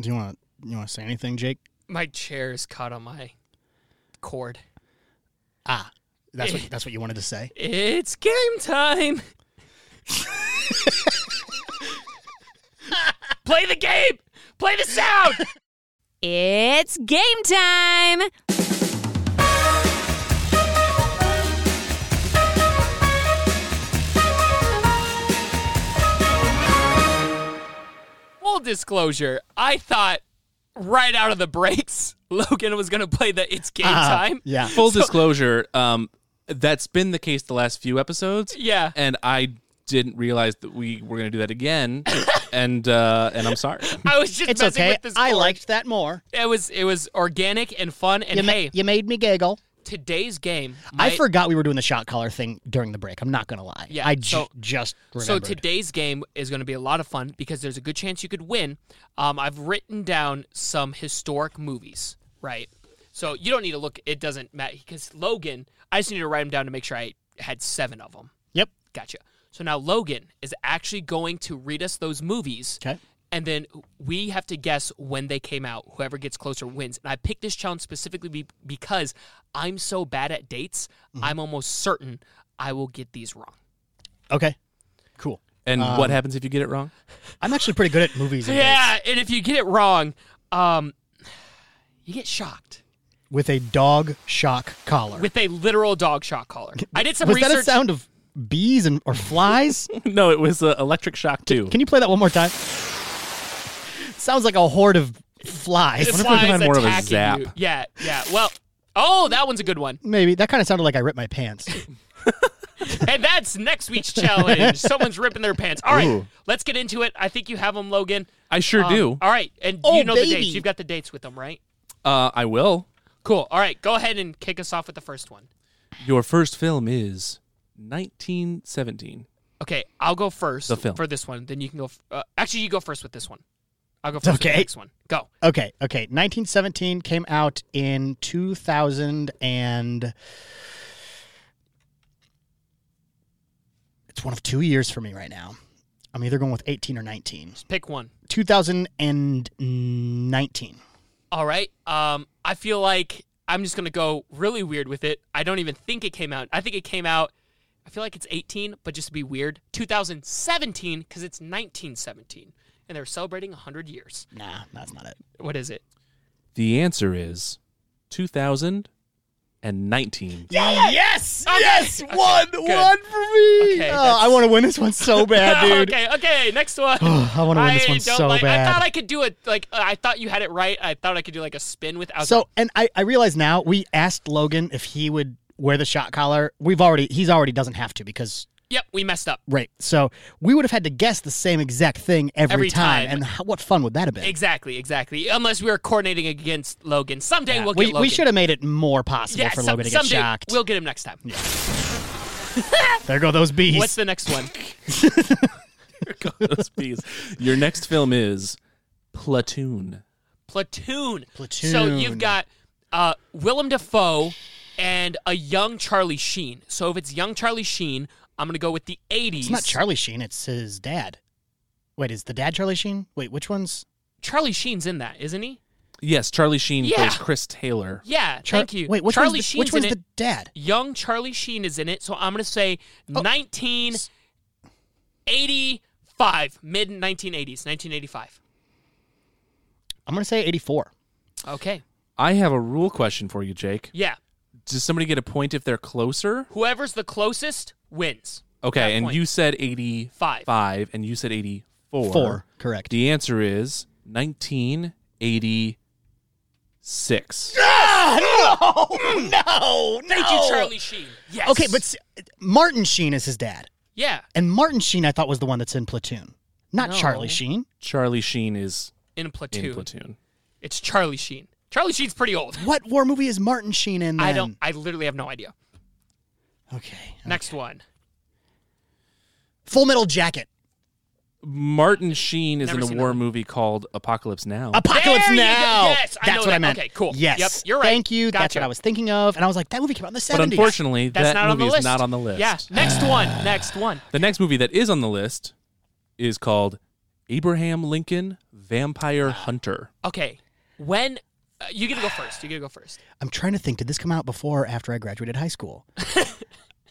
Speaker 3: Do you want to you want to say anything, Jake?
Speaker 4: My chair is caught on my cord.
Speaker 3: Ah, that's what that's what you wanted to say.
Speaker 4: It's game time. Play the game. Play the sound.
Speaker 2: It's game time.
Speaker 4: Full disclosure, I thought right out of the breaks Logan was going to play the it's game
Speaker 6: Uh-huh.
Speaker 3: Ah,
Speaker 4: time.
Speaker 3: Yeah.
Speaker 5: Full disclosure, um, that's been the case the last few episodes.
Speaker 4: Yeah.
Speaker 5: And I didn't realize that we were going to do that again. and uh, and I'm sorry.
Speaker 4: I was just
Speaker 6: It's
Speaker 4: messing
Speaker 6: okay.
Speaker 4: with this.
Speaker 6: I
Speaker 4: chord.
Speaker 6: liked that more.
Speaker 4: it was it was organic and fun and
Speaker 6: You, ma-
Speaker 4: hey,
Speaker 6: you made me giggle.
Speaker 4: today's game
Speaker 6: I
Speaker 4: might-
Speaker 6: forgot we were doing the shot collar thing during the break. I'm not gonna lie.
Speaker 4: Yeah,
Speaker 6: I j-
Speaker 4: so-
Speaker 6: just
Speaker 4: So
Speaker 6: remembered.
Speaker 4: today's game is going to be a lot of fun because there's a good chance you could win. Um, I've written down some historic movies, right? So you don't need to look; it doesn't matter because Logan. I just need to write them down to make sure I had seven of them.
Speaker 6: Yep.
Speaker 4: Gotcha. So now Logan is actually going to read us those movies.
Speaker 3: Okay.
Speaker 4: And then we have to guess when they came out. Whoever gets closer wins. And I picked this challenge specifically be- because I'm so bad at dates. I'm almost certain I will get these wrong.
Speaker 3: Okay. Cool.
Speaker 5: And what happens if you get it wrong?
Speaker 3: I'm actually pretty good at movies. and
Speaker 4: Yeah, and if you get it wrong, um, you get shocked
Speaker 3: dates. With a dog shock collar.
Speaker 4: with a literal dog shot collar. I did some
Speaker 3: Was that a
Speaker 4: research.
Speaker 3: sound of bees and or flies?
Speaker 5: no, it was uh, Electric Shock 2.
Speaker 3: Can you play that one more time? Sounds like a horde of flies.
Speaker 5: It's- wonder if we could
Speaker 4: Flies
Speaker 5: find more of a
Speaker 4: attacking
Speaker 5: zap.
Speaker 4: you. Yeah, yeah. Well, oh, that one's a good one.
Speaker 3: Maybe that kind of sounded like I ripped my pants.
Speaker 4: And that's next week's challenge. Someone's ripping their pants. All right,
Speaker 5: Ooh.
Speaker 4: let's get into it. I think you have them, Logan.
Speaker 5: I sure
Speaker 4: Um,
Speaker 5: do. Oh,
Speaker 4: All right, and you know the
Speaker 6: baby.
Speaker 4: dates. You've got the dates with them, right?
Speaker 5: Uh, I will.
Speaker 4: Cool. All right, go ahead and kick us off with the first one.
Speaker 5: Your first film is 1917.
Speaker 4: Okay, I'll go first
Speaker 5: The film.
Speaker 4: for this one. Then you can go. F- uh, actually, you go first with this one. I'll go first with
Speaker 3: Okay.
Speaker 4: the next one. Go.
Speaker 3: Okay, okay. 1917 came out in 2000 and it's one of two years for me right now. I'm either going with 18 or 19.
Speaker 4: Pick one.
Speaker 3: 2019.
Speaker 4: All right. Um, I feel like I'm just gonna go really weird with it. I don't even think it came out. I think it came out. I feel like it's 18, but just to be weird, 2017 because it's 1917, and they're celebrating 100 years.
Speaker 3: Nah, that's not it.
Speaker 4: What is it?
Speaker 5: The answer is 2019.
Speaker 3: Yes!
Speaker 4: Okay.
Speaker 3: Yes!
Speaker 4: Okay,
Speaker 3: One!
Speaker 4: good.
Speaker 3: One for me!
Speaker 4: Okay,
Speaker 3: Oh,
Speaker 4: that's-
Speaker 3: I want to win this one so bad, dude.
Speaker 4: okay. Okay. Next one.
Speaker 3: I want to win this
Speaker 4: I
Speaker 3: one
Speaker 4: don't
Speaker 3: so
Speaker 4: like,
Speaker 3: bad.
Speaker 4: I thought I could do it. Like uh, I thought you had it right. I thought I could do like a spin without.
Speaker 3: So, and I, I realize now we asked Logan if he would wear the shot collar. We've already, he's already doesn't have to because,
Speaker 4: yep, we messed up.
Speaker 3: right. So we would have had to guess the same exact thing every,
Speaker 4: Every
Speaker 3: time.
Speaker 4: time.
Speaker 3: And how, what fun would that have been?
Speaker 4: Exactly. Exactly. Unless we were coordinating against Logan. Someday we'll get
Speaker 3: we,
Speaker 4: Logan.
Speaker 3: we should have made it more possible
Speaker 4: Yeah,
Speaker 3: for
Speaker 4: some-
Speaker 3: Logan to get
Speaker 4: someday
Speaker 3: shocked.
Speaker 4: We'll get him next time.
Speaker 3: there go those bees.
Speaker 4: What's the next one?
Speaker 5: Those bees. Your next film is Platoon.
Speaker 4: Platoon.
Speaker 3: Platoon.
Speaker 4: So you've got uh, Willem Dafoe and a young Charlie Sheen. So if it's young Charlie Sheen, I'm gonna go with the 80s.
Speaker 3: it's not Charlie Sheen, it's his dad. Wait, is the dad Charlie Sheen? Wait, which one's?
Speaker 4: Charlie Sheen's in that, isn't he?
Speaker 5: Yes, Charlie Sheen
Speaker 4: Yeah.
Speaker 5: plays Chris Taylor.
Speaker 4: Yeah.
Speaker 3: Char-
Speaker 4: thank you.
Speaker 3: Wait, which
Speaker 4: Charlie
Speaker 3: one's the,
Speaker 4: Sheen's
Speaker 3: which one's
Speaker 4: in
Speaker 3: the
Speaker 4: it.
Speaker 3: dad?
Speaker 4: Young Charlie Sheen is in it, so I'm gonna say
Speaker 3: Oh.
Speaker 4: 1985, mid 1980s, 1985.
Speaker 3: I'm going to say 84.
Speaker 4: Okay.
Speaker 5: I have a rule question for you, Jake.
Speaker 4: Yeah.
Speaker 5: Does somebody get a point if they're closer?
Speaker 4: Whoever's the closest wins. Got
Speaker 5: Okay,
Speaker 4: a
Speaker 5: and
Speaker 4: point.
Speaker 5: you said 85
Speaker 4: Five.
Speaker 5: and you said 84.
Speaker 3: Four, correct.
Speaker 5: The answer is 1986.
Speaker 3: no, no.
Speaker 4: Mm. Thank you, Charlie Sheen. Yes.
Speaker 3: Oh. Okay, but s- Martin Sheen is his dad.
Speaker 4: yeah,
Speaker 3: And Martin Sheen, I thought, was the one that's in Platoon, not
Speaker 4: No.
Speaker 3: Charlie Sheen.
Speaker 5: Charlie Sheen is
Speaker 4: in platoon.
Speaker 5: in Platoon.
Speaker 4: It's Charlie Sheen. Charlie Sheen's pretty old.
Speaker 3: What war movie is Martin Sheen in? Then?
Speaker 4: I don't. I literally have no idea.
Speaker 3: Okay.
Speaker 4: Next one.
Speaker 3: Full Metal Jacket.
Speaker 5: Martin Sheen is
Speaker 4: Never
Speaker 5: in
Speaker 4: seen
Speaker 5: a
Speaker 4: that
Speaker 5: war
Speaker 4: one.
Speaker 5: movie called Apocalypse Now.
Speaker 3: Oh. Apocalypse
Speaker 4: There you go.
Speaker 3: Now.
Speaker 4: Yes, I
Speaker 3: that's
Speaker 4: know
Speaker 3: what
Speaker 4: that.
Speaker 3: I meant.
Speaker 4: Okay, cool.
Speaker 3: Yes,
Speaker 4: Yep, you're right.
Speaker 3: Thank you. That's
Speaker 4: Gotcha.
Speaker 3: what I was thinking of, and I was like, that movie came out in the
Speaker 5: but
Speaker 3: seventies.
Speaker 5: unfortunately,
Speaker 4: That's
Speaker 5: that
Speaker 4: not on
Speaker 5: movie
Speaker 4: the list.
Speaker 5: is not on the list.
Speaker 4: Yeah. Next one. Next one.
Speaker 5: The next movie that is on the list is called Abraham Lincoln Vampire Hunter.
Speaker 4: Okay. When uh, you get to go first. You get to go first.
Speaker 3: I'm trying to think. Did this come out before or after I graduated high school?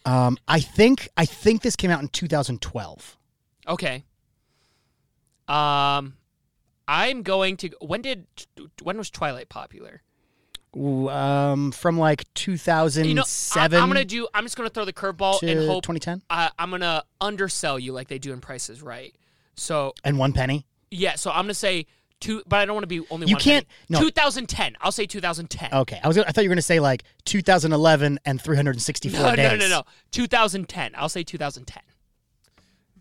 Speaker 3: um, I think I think this came out in 2012.
Speaker 4: Okay. Um, I'm going to. When did? When was Twilight popular?
Speaker 3: Ooh, Um, from like 2007.
Speaker 4: You know, I, am gonna do. I'm just gonna throw the curveball
Speaker 3: to
Speaker 4: and hope.
Speaker 3: 2010
Speaker 4: I, I'm gonna undersell you like they do in Prices Right. So
Speaker 3: and one penny.
Speaker 4: yeah. So I'm gonna say two, but I don't want to be only.
Speaker 3: You
Speaker 4: one
Speaker 3: can't- no.
Speaker 4: penny.
Speaker 3: Oh,
Speaker 4: 2010. I'll say 2010.
Speaker 3: Okay, I was. Gonna, I thought you were going to say like 2011 and 364
Speaker 4: No,
Speaker 3: days.
Speaker 4: no, no, no. 2010. I'll say 2010.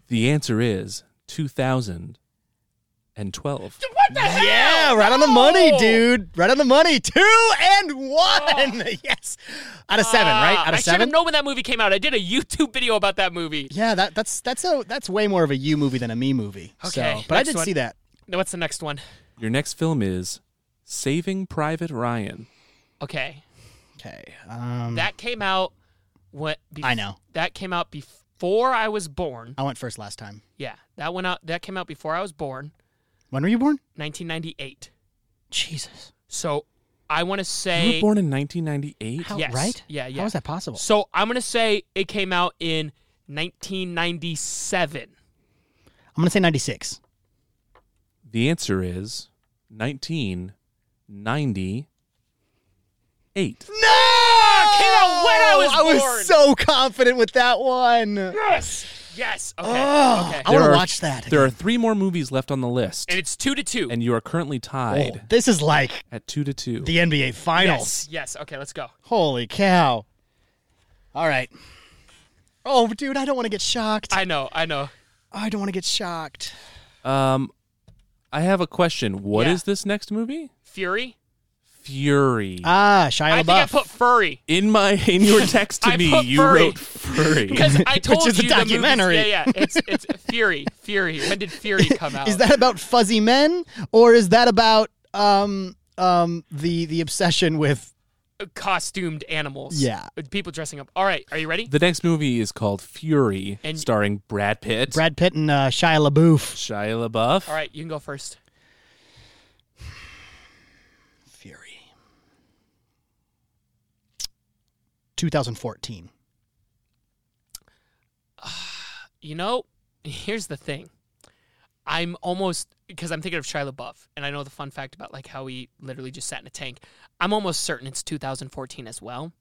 Speaker 5: The answer is 2012.
Speaker 4: What the hell?
Speaker 3: Yeah, right on the money, dude. Right on the money. Two and one.
Speaker 4: Oh.
Speaker 3: Yes, out of seven, right? Out
Speaker 4: I
Speaker 3: of
Speaker 4: should have
Speaker 3: seven.
Speaker 4: known when that movie came out. I did a YouTube video about that movie.
Speaker 3: Yeah, that, that's that's a that's way more of a you movie than a me movie.
Speaker 4: Okay,
Speaker 3: so, but I
Speaker 4: next
Speaker 3: did
Speaker 4: one.
Speaker 3: see that.
Speaker 4: Now, What's the next one?
Speaker 5: Your next film is Saving Private Ryan.
Speaker 4: Okay,
Speaker 3: Okay, um,
Speaker 4: that came out. What? Bef-
Speaker 3: I know. Oh.
Speaker 4: That came out bef- before I was born.
Speaker 3: I went first last time.
Speaker 4: Yeah, that went out. That came out before I was born,
Speaker 3: When were you born?
Speaker 4: 1998.
Speaker 3: Jesus.
Speaker 4: So I want to
Speaker 5: you
Speaker 4: say
Speaker 5: were born in 1998.
Speaker 3: How,
Speaker 4: Yes.
Speaker 3: Right?
Speaker 4: Yeah, yeah.
Speaker 3: How is that possible?
Speaker 4: So I'm gonna say it came out in 1997.
Speaker 3: I'm going to say 96.
Speaker 5: The answer is 1998.
Speaker 3: No! It
Speaker 4: came out when I was born.
Speaker 3: so confident with that one.
Speaker 4: Yes. Yes. Okay.
Speaker 3: Oh,
Speaker 4: okay.
Speaker 3: I want
Speaker 5: There
Speaker 3: to
Speaker 5: are-
Speaker 3: watch that.
Speaker 5: There are three more movies left on the list,
Speaker 4: And it's two to two.
Speaker 5: and you are currently
Speaker 3: Oh,
Speaker 5: tied
Speaker 3: this is like
Speaker 5: at two to two.
Speaker 3: the NBA Finals.
Speaker 4: yes. Yes. Okay. Let's go.
Speaker 3: Holy cow. All right. Oh, dude, I don't want to get shocked.
Speaker 4: I know. I know.
Speaker 3: I don't want to get shocked.
Speaker 5: um, I have a question. What is
Speaker 4: Yeah.
Speaker 5: this next movie?
Speaker 4: Fury.
Speaker 5: Fury.
Speaker 3: Ah, Shia
Speaker 4: I
Speaker 3: LaBeouf.
Speaker 4: think I put furry
Speaker 5: in my in your text
Speaker 4: I
Speaker 5: to me,
Speaker 4: put
Speaker 5: you
Speaker 4: furry.
Speaker 5: wrote furry.
Speaker 4: because I told
Speaker 3: is a
Speaker 4: you the movie's-
Speaker 3: documentary.
Speaker 4: yeah, yeah. It's it's Fury. Fury. When did Fury come out?
Speaker 3: is that about fuzzy men or is that about um um the the obsession with
Speaker 4: costumed animals?
Speaker 3: Yeah.
Speaker 4: People dressing up. All right. Are you ready?
Speaker 5: the next movie is called Fury,
Speaker 4: And-
Speaker 5: starring Brad Pitt,
Speaker 3: Brad Pitt and uh, Shia LaBeouf?
Speaker 5: Shia LaBeouf.
Speaker 4: All right. You can go first.
Speaker 3: Fury. 2014.
Speaker 4: you know, here's the thing. I'm almost because I'm thinking of Shia LaBeouf, and I know the fun fact about like how he literally just sat in a tank. I'm almost certain it's 2014 as well,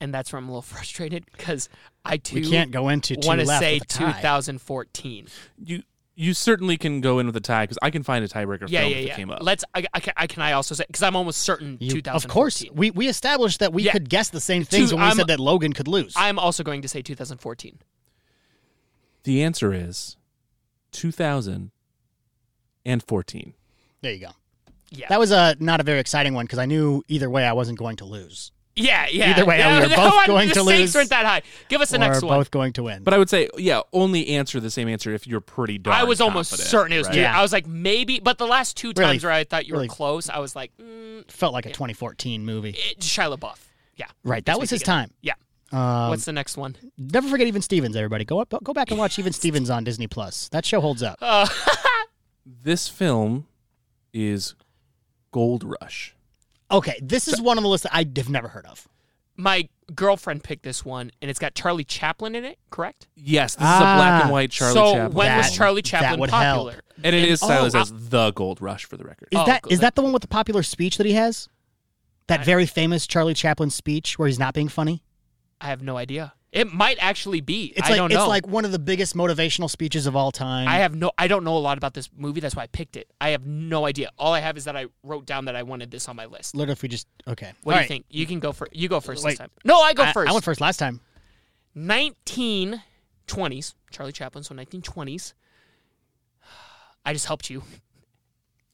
Speaker 4: and that's where I'm a little frustrated because I too
Speaker 3: We can't go into two
Speaker 4: want to
Speaker 3: left
Speaker 4: say
Speaker 3: with a tie.
Speaker 4: 2014.
Speaker 5: You you certainly can go in with a tie because I can find a tiebreaker
Speaker 4: Yeah,
Speaker 5: film
Speaker 4: yeah,
Speaker 5: if
Speaker 4: yeah.
Speaker 5: it came up.
Speaker 4: Let's. I, I, can- I can. I also say because I'm almost certain
Speaker 3: You-
Speaker 4: 2014.
Speaker 3: of course, we, we established that we
Speaker 4: Yeah.
Speaker 3: could guess the same things
Speaker 4: Two-
Speaker 3: when we
Speaker 4: I'm-
Speaker 3: said that Logan could lose.
Speaker 4: I'm also going to say 2014.
Speaker 5: the answer is 2014.
Speaker 3: there you go.
Speaker 4: Yeah.
Speaker 3: That was a not a very exciting one because I knew either way I wasn't going to lose.
Speaker 4: yeah. Yeah.
Speaker 3: Either way,
Speaker 4: yeah,
Speaker 3: we were
Speaker 4: that
Speaker 3: both
Speaker 4: one-
Speaker 3: going to
Speaker 4: the stakes
Speaker 3: lose.
Speaker 4: weren't that high. Give us the
Speaker 3: or
Speaker 4: next one.
Speaker 3: both going to win.
Speaker 5: But I would say, yeah, only answer the same answer if you're pretty darn.
Speaker 4: I was almost
Speaker 5: confident,
Speaker 4: certain it was
Speaker 5: right?
Speaker 4: two.
Speaker 3: Yeah.
Speaker 4: I was like, maybe, but the last two
Speaker 3: Really-
Speaker 4: times where I thought you were
Speaker 3: really-
Speaker 4: close, I was like, mm,
Speaker 3: felt like a 2014 movie.
Speaker 4: it, Shia LaBeouf. Yeah.
Speaker 3: Right, that
Speaker 4: Makes
Speaker 3: was
Speaker 4: me
Speaker 3: his
Speaker 4: think
Speaker 3: time.
Speaker 4: of- Yeah.
Speaker 3: Um,
Speaker 4: What's the next one?
Speaker 3: never forget Even Stevens. Everybody, go up, go back and watch Even Stevens on Disney Plus. That show holds up.
Speaker 4: Uh,
Speaker 5: This film is Gold Rush.
Speaker 3: Okay, this is one on the list that I have never heard of.
Speaker 4: my girlfriend picked this one, and it's got Charlie Chaplin in it, correct?
Speaker 5: Yes, this is
Speaker 3: Ah.
Speaker 5: a black and white Charlie
Speaker 4: so
Speaker 5: Chaplin.
Speaker 4: when
Speaker 3: That-
Speaker 4: was Charlie
Speaker 3: that
Speaker 4: Chaplin
Speaker 3: would
Speaker 4: popular?
Speaker 3: help.
Speaker 5: and it is
Speaker 3: oh,
Speaker 5: stylized
Speaker 4: I-
Speaker 5: as the Gold Rush for the record.
Speaker 3: Is
Speaker 4: Oh,
Speaker 3: that
Speaker 4: good.
Speaker 3: is that the one with the popular speech that he has? That very famous Charlie Chaplin speech where he's not being funny.
Speaker 4: I have no idea. It might actually be.
Speaker 3: It's
Speaker 4: I
Speaker 3: like
Speaker 4: don't
Speaker 3: it's
Speaker 4: know.
Speaker 3: like one of the biggest motivational speeches of all time.
Speaker 4: I have no. I don't know a lot about this movie. That's why I picked it. I have no idea. All I have is that I wrote down that I wanted this on my list.
Speaker 3: Literally, if we just okay.
Speaker 4: What
Speaker 3: All
Speaker 4: do you
Speaker 3: right.
Speaker 4: think? You can go for. You go first
Speaker 3: Wait.
Speaker 4: this time. No, I go
Speaker 3: I-
Speaker 4: first.
Speaker 3: I went first last time.
Speaker 4: 1920s. Charlie Chaplin, so 1920s. I just helped you.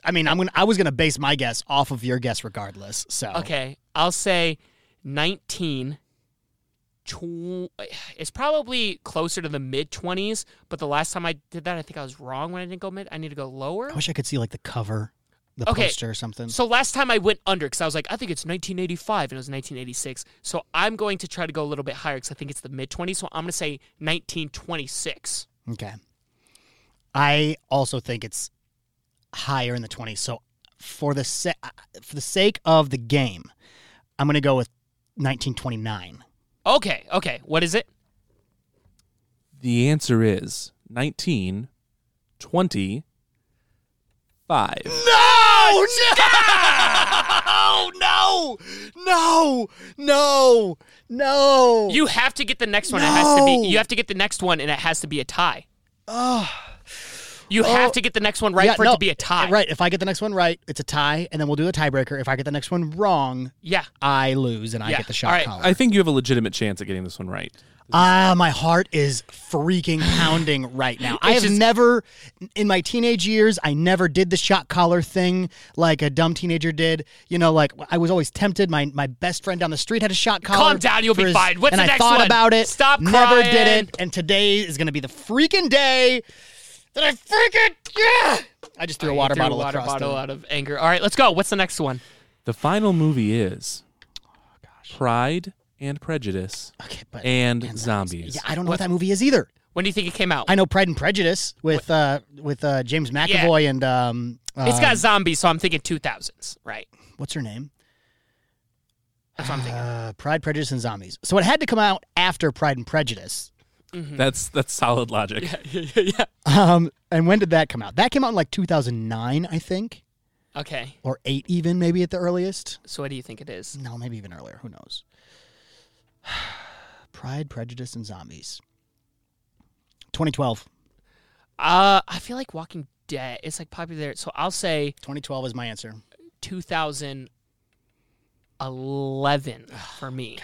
Speaker 3: I mean, I'm gonna. I was gonna base my guess off of your guess, regardless. So
Speaker 4: Okay, I'll say 19. tw- It's probably closer to the mid 20s, but the last time I did that, I think I was wrong when I didn't go mid. I need to go lower.
Speaker 3: I wish I could see like the cover, the
Speaker 4: Okay.
Speaker 3: poster, or something.
Speaker 4: So last time I went under because I was like, I think it's 1985 and it was 1986. So I'm going to try to go a little bit higher because I think it's the mid 20s. So I'm going to say 1926.
Speaker 3: okay. I also think it's higher in the 20s. So for the sa- for the sake of the game, I'm gonna go with 1929.
Speaker 4: Okay, okay. What is it?
Speaker 5: The answer is 1925.
Speaker 3: No!
Speaker 4: Oh,
Speaker 3: No! No! No! No! No!
Speaker 4: You have to get the next one. It has to be.
Speaker 3: Oh. No.
Speaker 4: You have to get the next one, and it has to be a tie. You have to get the next one right
Speaker 3: Oh. Yeah,
Speaker 4: for it
Speaker 3: no,
Speaker 4: to be a tie.
Speaker 3: Right. If I get the next one right, it's a tie, and then we'll do a tiebreaker. If I get the next one wrong,
Speaker 4: Yeah.
Speaker 3: I lose and I
Speaker 4: Yeah.
Speaker 3: get the
Speaker 4: All
Speaker 3: shot
Speaker 4: right.
Speaker 3: collar.
Speaker 5: I think you have a legitimate chance at getting this one right.
Speaker 3: Ah, my heart is freaking pounding right now. I have
Speaker 4: It's just-
Speaker 3: never, in my teenage years, I never did the shot collar thing like a dumb teenager did. You know, like I was always tempted. My my best friend down the street had a shot collar.
Speaker 4: Calm down, you'll
Speaker 3: for
Speaker 4: be
Speaker 3: his-
Speaker 4: fine. What's
Speaker 3: and
Speaker 4: the
Speaker 3: I
Speaker 4: next
Speaker 3: thought
Speaker 4: one?
Speaker 3: about it.
Speaker 4: Stop
Speaker 3: Never did
Speaker 4: crying.
Speaker 3: it. And today is going to be the freaking day that I freaking. Yeah! I just threw a water
Speaker 4: Oh, Threw a
Speaker 3: bottle
Speaker 4: water
Speaker 3: across
Speaker 4: bottle
Speaker 3: the-
Speaker 4: out of anger. All right, let's go. What's the next one?
Speaker 5: The final movie is Pride and Prejudice
Speaker 3: Okay, but
Speaker 5: and
Speaker 3: that was-
Speaker 5: Zombies.
Speaker 3: Yeah, I don't know what, that movie is either.
Speaker 4: When do you think it came out?
Speaker 3: I know Pride and Prejudice with uh with uh James McAvoy and um
Speaker 4: It's got
Speaker 3: um,
Speaker 4: zombies, so I'm thinking 2000s, right?
Speaker 3: what's her name?
Speaker 4: That's what I'm thinking.
Speaker 3: Uh, Pride, Prejudice, and Zombies. So it had to come out after Pride and Prejudice.
Speaker 5: That's that's solid logic.
Speaker 4: yeah.
Speaker 3: Um, and when did that come out? That came out in like 2009, I think,
Speaker 4: Okay.
Speaker 3: or eight even, maybe at the earliest.
Speaker 4: So what do you think it is?
Speaker 3: No, maybe even earlier. Who knows? Pride, Prejudice, and Zombies. 2012.
Speaker 4: Uh, I feel like Walking Dead. It's like popular. So I'll say
Speaker 3: 2012 is my answer.
Speaker 4: 2011
Speaker 3: Oh,
Speaker 4: for me.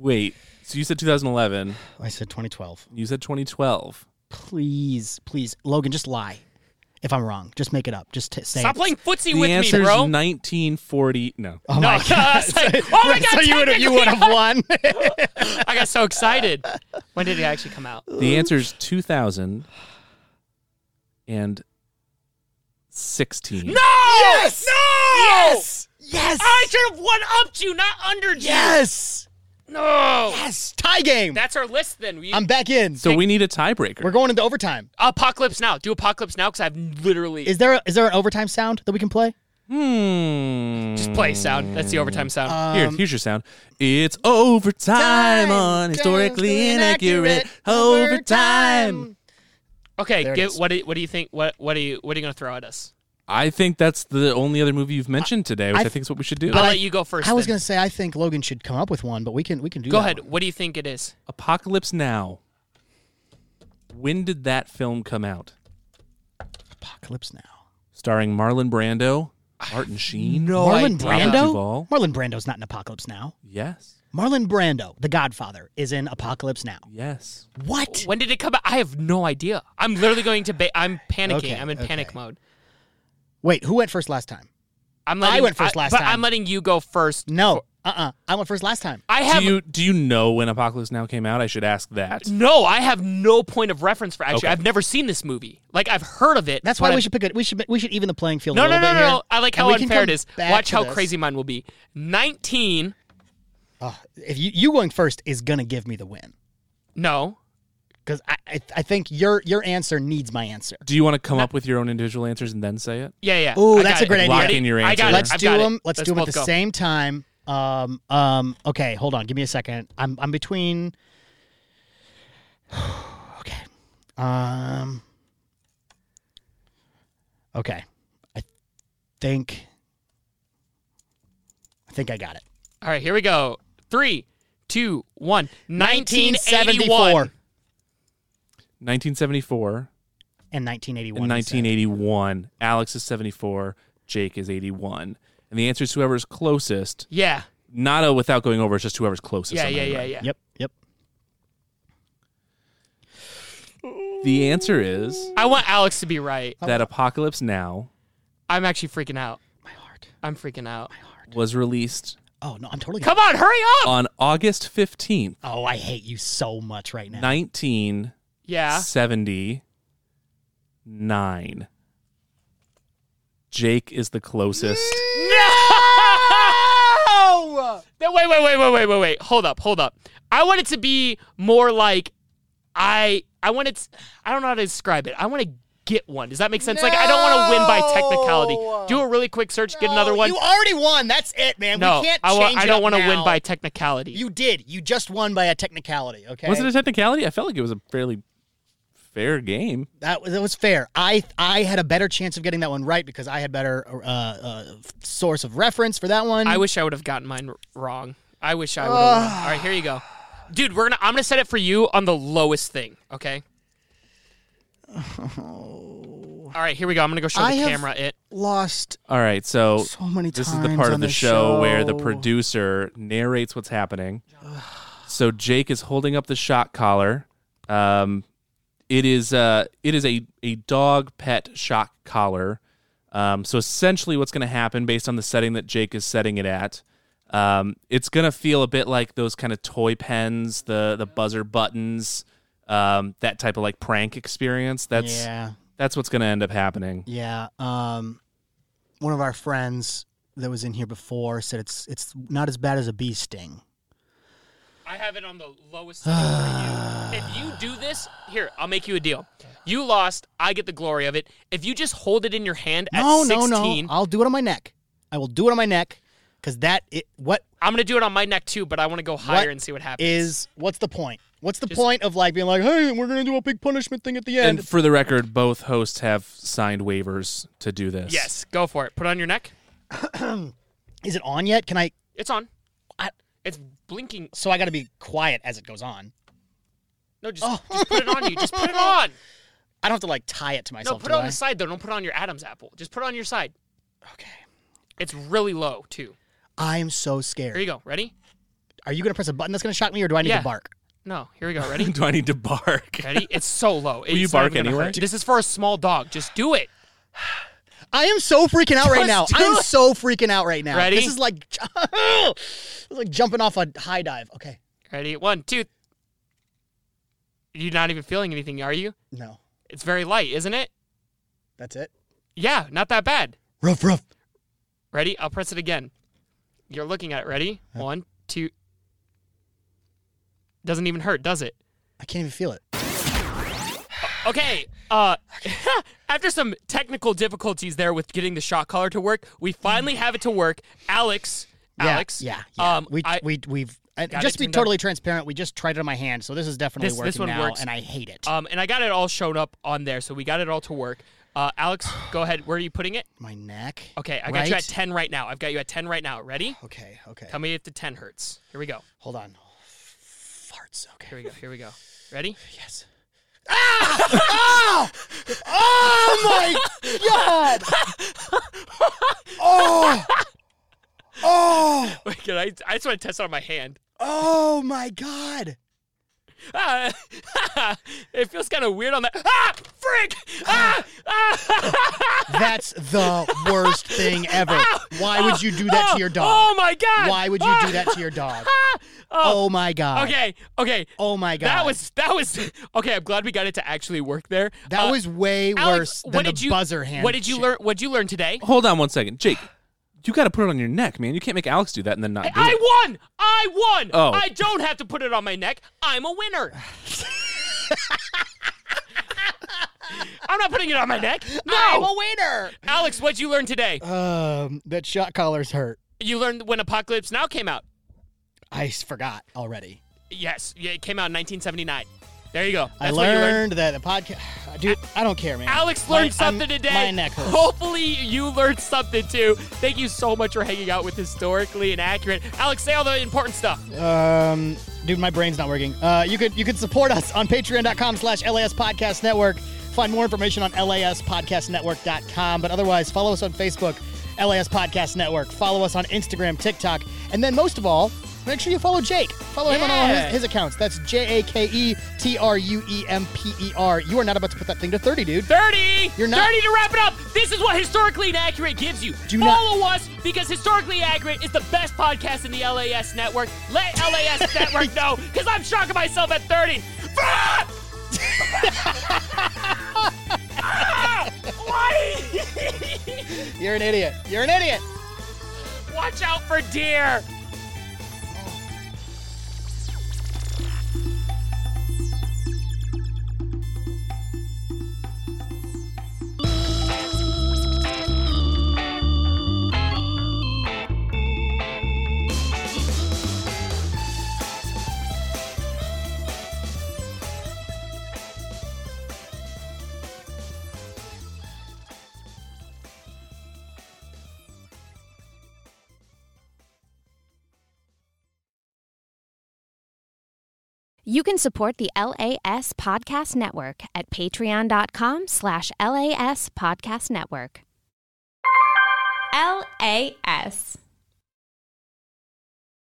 Speaker 5: Wait, so you said 2011.
Speaker 3: I said 2012.
Speaker 5: You said 2012.
Speaker 3: Please, please, Logan, just lie. If I'm wrong, just make it up. Just t- say.
Speaker 4: Stop
Speaker 3: it.
Speaker 4: playing footsie
Speaker 5: The
Speaker 4: with me,
Speaker 5: answer is
Speaker 4: bro.
Speaker 5: 1940. No.
Speaker 3: Oh
Speaker 4: No,
Speaker 3: my
Speaker 4: I
Speaker 3: god!
Speaker 4: was like, oh my
Speaker 3: so
Speaker 4: God,
Speaker 3: you would have you would have won.
Speaker 4: I got so excited. When did it actually come out?
Speaker 5: The answer is 2000 and 16.
Speaker 4: No! Yes! No!
Speaker 3: yes, yes,
Speaker 4: I should have won up to you, not under you.
Speaker 3: yes,
Speaker 4: No.
Speaker 3: yes. Tie game.
Speaker 4: That's our list then. We,
Speaker 3: I'm back in.
Speaker 5: So we need a tiebreaker.
Speaker 3: We're going into overtime.
Speaker 4: Apocalypse Now. Do Apocalypse Now because I've literally.
Speaker 3: Is there a, is there an overtime sound that we can play?
Speaker 5: Hmm.
Speaker 4: just play sound. That's the overtime sound.
Speaker 3: Uh,
Speaker 5: Here, here's your sound. It's overtime
Speaker 3: Time.
Speaker 5: on historically
Speaker 3: Time.
Speaker 5: inaccurate
Speaker 3: Inaccurate.
Speaker 5: overtime.
Speaker 4: okay,
Speaker 3: there it
Speaker 4: give,
Speaker 3: is.
Speaker 4: what do you, what do you think? What what are you what are you gonna throw at us?
Speaker 5: I think that's the only other movie you've mentioned today, which I,
Speaker 3: I-
Speaker 5: think is what we should do.
Speaker 4: I'll let you go first.
Speaker 3: I was
Speaker 4: then.
Speaker 3: gonna say I think Logan should come up with one, but we can we can do.
Speaker 4: go
Speaker 3: that
Speaker 4: ahead.
Speaker 3: one.
Speaker 4: What do you think it is?
Speaker 5: Apocalypse Now. When did that film come out?
Speaker 3: Apocalypse Now.
Speaker 5: Starring Marlon Brando, Martin Sheen.
Speaker 3: Marlon
Speaker 5: Robert
Speaker 3: Brando.
Speaker 5: Duvall.
Speaker 3: Marlon Brando's not in Apocalypse Now.
Speaker 5: Yes.
Speaker 3: Marlon Brando, The Godfather, is in Apocalypse Now.
Speaker 5: Yes.
Speaker 3: What?
Speaker 4: When did it come out? I have no idea. I'm literally going to. Ba- I'm panicking.
Speaker 3: Okay,
Speaker 4: I'm in panic
Speaker 3: okay.
Speaker 4: mode.
Speaker 3: Wait, who went first last time?
Speaker 4: I'm
Speaker 3: I
Speaker 4: letting,
Speaker 3: went first last
Speaker 4: but
Speaker 3: time.
Speaker 4: I'm letting you go first.
Speaker 3: No. Uh uh I went first last time.
Speaker 4: I have Mm.
Speaker 5: do you do you know when Apocalypse Now came out? I should ask that.
Speaker 4: no. I have no point of reference for actually.
Speaker 5: Okay.
Speaker 4: I've never seen this movie. Like I've heard of it.
Speaker 3: That's
Speaker 4: but
Speaker 3: why
Speaker 4: I've-
Speaker 3: we should pick it. We should we should even the playing field.
Speaker 4: No,
Speaker 3: a
Speaker 4: no,
Speaker 3: little
Speaker 4: no,
Speaker 3: bit
Speaker 4: no,
Speaker 3: here,
Speaker 4: no. I like
Speaker 3: and
Speaker 4: how
Speaker 3: we can
Speaker 4: unfair it
Speaker 3: come
Speaker 4: is.
Speaker 3: back
Speaker 4: Watch
Speaker 3: to
Speaker 4: how
Speaker 3: this.
Speaker 4: crazy mine will be. 19.
Speaker 3: Oh, if you you going first is gonna give me the win
Speaker 4: No.
Speaker 3: because I, I I think your your answer needs my answer.
Speaker 5: Do you want to come up with your own individual answers and then say it?
Speaker 4: Yeah, yeah.
Speaker 3: Ooh,
Speaker 4: I
Speaker 3: that's
Speaker 4: got
Speaker 3: a great
Speaker 4: it.
Speaker 3: idea. Lock
Speaker 4: Ready?
Speaker 5: in your
Speaker 4: I got
Speaker 5: answer.
Speaker 4: it.
Speaker 3: Let's
Speaker 4: I've
Speaker 3: do
Speaker 4: got it.
Speaker 3: them. Let's, do them at
Speaker 4: both
Speaker 3: the
Speaker 4: go.
Speaker 3: same time. Um um. Okay, hold on. Give me a second. I'm I'm between. okay. Um. Okay, I think. I think I got it.
Speaker 4: All right, here we go. Three, two, one. 1974.
Speaker 3: 1974.
Speaker 5: 1974
Speaker 3: and 1981.
Speaker 5: and
Speaker 3: he said.
Speaker 5: 1981. Alex is 74. Jake is 81. And the answer is whoever's closest.
Speaker 4: Yeah.
Speaker 5: Not a without going over. It's just whoever's closest.
Speaker 4: Yeah,
Speaker 5: on
Speaker 4: yeah,
Speaker 5: that,
Speaker 4: yeah,
Speaker 5: right?
Speaker 4: yeah.
Speaker 3: Yep, yep.
Speaker 5: The answer is
Speaker 4: I want Alex to be right.
Speaker 3: Oh.
Speaker 5: that Apocalypse Now
Speaker 4: I'm actually freaking out.
Speaker 3: My heart.
Speaker 4: I'm freaking out.
Speaker 5: was released
Speaker 3: Oh no, I'm totally.
Speaker 4: Come on, hurry up.
Speaker 5: on August 15th,
Speaker 3: Oh, I hate you so much right now.
Speaker 5: 1979.
Speaker 4: Yeah.
Speaker 5: Jake is the closest.
Speaker 4: No! No, wait, wait, wait, wait, wait, wait, wait. Hold up, hold up. I want it to be more like I I want it I don't know how to describe it. I want to get one. Does that make sense? Like I don't want to win by technicality. Do a really quick search, get another one.
Speaker 3: You already won. That's it, man.
Speaker 4: no,
Speaker 3: we can't
Speaker 4: I, wa-
Speaker 3: change
Speaker 4: I
Speaker 3: it
Speaker 4: don't
Speaker 3: up
Speaker 4: want to win
Speaker 3: now.
Speaker 4: by technicality.
Speaker 3: You did. You just won by a technicality. Okay.
Speaker 5: Was it a technicality? I felt like it was a fairly fair game.
Speaker 3: that was that was fair. I I had a better chance of getting that one right because I had better uh, uh, source of reference for that one.
Speaker 4: I wish I would have gotten mine r- wrong. I wish I would have. won. All right, here you go. Dude, we're gonna I'm gonna set it for you on the lowest thing, okay? All right, here we go. I'm gonna go show
Speaker 3: I
Speaker 4: the
Speaker 3: have-
Speaker 4: camera it.
Speaker 3: lost
Speaker 5: All right, so,
Speaker 3: so many
Speaker 5: this is
Speaker 3: times.
Speaker 5: the part
Speaker 3: on
Speaker 5: of the
Speaker 3: this
Speaker 5: show, where the
Speaker 3: show.
Speaker 5: producer narrates what's happening. so Jake is holding up the shot collar. Um, it is uh, it is a a dog pet shot collar. Um, so essentially, what's going to happen based on the setting that Jake is setting it at, um, it's going to feel a bit like those kind of toy pens, the the buzzer buttons, um, that type of like prank experience. That's
Speaker 3: yeah.
Speaker 5: that's what's going to end up happening.
Speaker 3: Yeah. Um, one of our friends that was in here before said it's it's not as bad as a bee sting.
Speaker 4: I have it on the lowest setting for you. If you do this, here, I'll make you a deal. You lost, I get the glory of it. If you just hold it in your hand at
Speaker 3: No, Oh, no,
Speaker 4: 16,
Speaker 3: no. I'll do it on my neck. I will do it on my neck because that it what
Speaker 4: I'm going to do it on my neck too, but I want to go higher and see what happens.
Speaker 3: is what's the point? What's the point of like being like, hey, we're gonna do a big punishment thing at the end?
Speaker 5: And for the record, both hosts have signed waivers to do this.
Speaker 4: yes, go for it. Put it on your neck.
Speaker 3: Is it on yet? Can I?
Speaker 4: It's on. it's blinking.
Speaker 3: So I got to be quiet as it goes on. Oh.
Speaker 4: No, just, just put it on you. Just put it on.
Speaker 3: I don't have to like tie it to
Speaker 4: No,
Speaker 3: myself.
Speaker 4: put it
Speaker 3: do
Speaker 4: on
Speaker 3: I?
Speaker 4: the side though. Don't put it on your Adam's apple. Just put it on your side.
Speaker 3: Okay.
Speaker 4: It's really low too.
Speaker 3: I am so scared.
Speaker 4: Here you go. Ready?
Speaker 3: Are you gonna press a button that's gonna shock me, or do I need
Speaker 4: Yeah.
Speaker 3: to bark?
Speaker 4: No. Here we go. Ready?
Speaker 5: Do I need to bark?
Speaker 4: Ready? It's so low. Will
Speaker 5: you bark anyway?
Speaker 4: This is for a small dog. Just do it.
Speaker 3: I am so freaking out right now.
Speaker 4: Just do
Speaker 3: I am
Speaker 4: it.
Speaker 3: so freaking out right now.
Speaker 4: Ready?
Speaker 3: This is like, this is like jumping off a high dive. Okay.
Speaker 4: Ready? One, two. You're not even feeling anything, are you?
Speaker 3: No,
Speaker 4: It's very light, isn't it?
Speaker 3: that's it.
Speaker 4: Yeah, not that bad.
Speaker 3: Rough, rough.
Speaker 4: Ready? I'll press it again. You're looking at it. Ready? One, two. Doesn't even hurt, does it?
Speaker 3: I can't even feel it.
Speaker 4: Okay. Uh, after some technical difficulties there with getting the shot collar to work, we finally have it to work. Alex,
Speaker 3: Yeah,
Speaker 4: Alex.
Speaker 3: Yeah. yeah.
Speaker 4: Um,
Speaker 3: we
Speaker 4: I-
Speaker 3: we we've and
Speaker 4: Got
Speaker 3: just to
Speaker 4: it
Speaker 3: be
Speaker 4: tuned up.
Speaker 3: totally transparent. We just tried it on my hand, so this is definitely
Speaker 4: This-
Speaker 3: working
Speaker 4: this one
Speaker 3: now,
Speaker 4: works.
Speaker 3: and I hate it.
Speaker 4: um, and I got it all shown up on there, so we got it all to work. Uh, Alex, go ahead. Where are you putting it?
Speaker 3: my neck.
Speaker 4: Okay, I got you at
Speaker 3: right?
Speaker 4: ten right now. I've got you at ten right now. Ready?
Speaker 3: Okay. Okay.
Speaker 4: Tell me if the ten hurts. Here we go.
Speaker 3: Hold on. Farts. Okay.
Speaker 4: Here we go. Here we go. Ready?
Speaker 3: Yes. Ah! oh! oh my god! Oh! Oh!
Speaker 4: Wait, can I? I just want to test it on my hand.
Speaker 3: Oh my god!
Speaker 4: Ah, it feels kind of weird on that. Ah, frick! Ah, ah,
Speaker 3: That's the worst thing ever. Why would you do that to your
Speaker 4: Oh
Speaker 3: dog?
Speaker 4: my god! Ah,
Speaker 3: Why would you do that to your dog? Oh my god.
Speaker 4: Okay, okay.
Speaker 3: Oh my god.
Speaker 4: That was that was okay. I'm glad we got it to actually work there.
Speaker 3: that
Speaker 4: Uh,
Speaker 3: was way worse
Speaker 4: Alex,
Speaker 3: than
Speaker 4: what
Speaker 3: the
Speaker 4: did you,
Speaker 3: buzzer hand.
Speaker 4: What did you
Speaker 3: shit. Oh,
Speaker 4: learn? What did you learn today?
Speaker 5: Hold on one second. Jake, you got to put it on your neck, man. You can't make Alex do that and then not do
Speaker 4: I
Speaker 5: it.
Speaker 4: won! I won!
Speaker 5: Oh.
Speaker 4: I don't have to put it on my neck. I'm a winner. I'm not putting it on my neck. No,
Speaker 6: I'm a winner.
Speaker 4: Alex, what'd you learn today?
Speaker 3: Um, that shot collars hurt.
Speaker 4: You learned when Apocalypse Now came out.
Speaker 3: I s- forgot already.
Speaker 4: Yes, yeah, it came out in 1979. There you go. That's
Speaker 3: I
Speaker 4: what you
Speaker 3: learned, that the podcast. Dude, I don't care, man.
Speaker 4: Alex
Speaker 3: My- I'm-
Speaker 4: learned something today.
Speaker 3: My neck hurts.
Speaker 4: Hopefully, you learned something too. Thank you so much for hanging out with historically and accurate. Alex, say all the important stuff.
Speaker 3: Um, dude, my brain's not working. Uh, you could you could support us on patreon.com slash LAS Podcast Network. Find more information on laspodcastnetwork.com. But otherwise, follow us on Facebook, LAS Podcast Network. Follow us on Instagram, TikTok. And then most of all, make sure you follow Jake. Follow him on all
Speaker 4: Yeah.
Speaker 3: his, his accounts. That's E J-A-K-E-T-R-U-E-M-P-E-R. E You are not about to put that thing to 30, dude.
Speaker 4: 30.
Speaker 3: You're not-
Speaker 4: 30 to wrap it up. This is what Historically Inaccurate gives you.
Speaker 3: Do not-
Speaker 4: Follow us because Historically Accurate is the best podcast in the LAS network. Let LAS network know because I'm shocking myself at 30. Ah! Ah! Why?
Speaker 3: You're an idiot. You're an idiot.
Speaker 4: Watch out for deer.
Speaker 2: You can support the LAS Podcast Network at patreon.com slash LAS Podcast Network. LAS.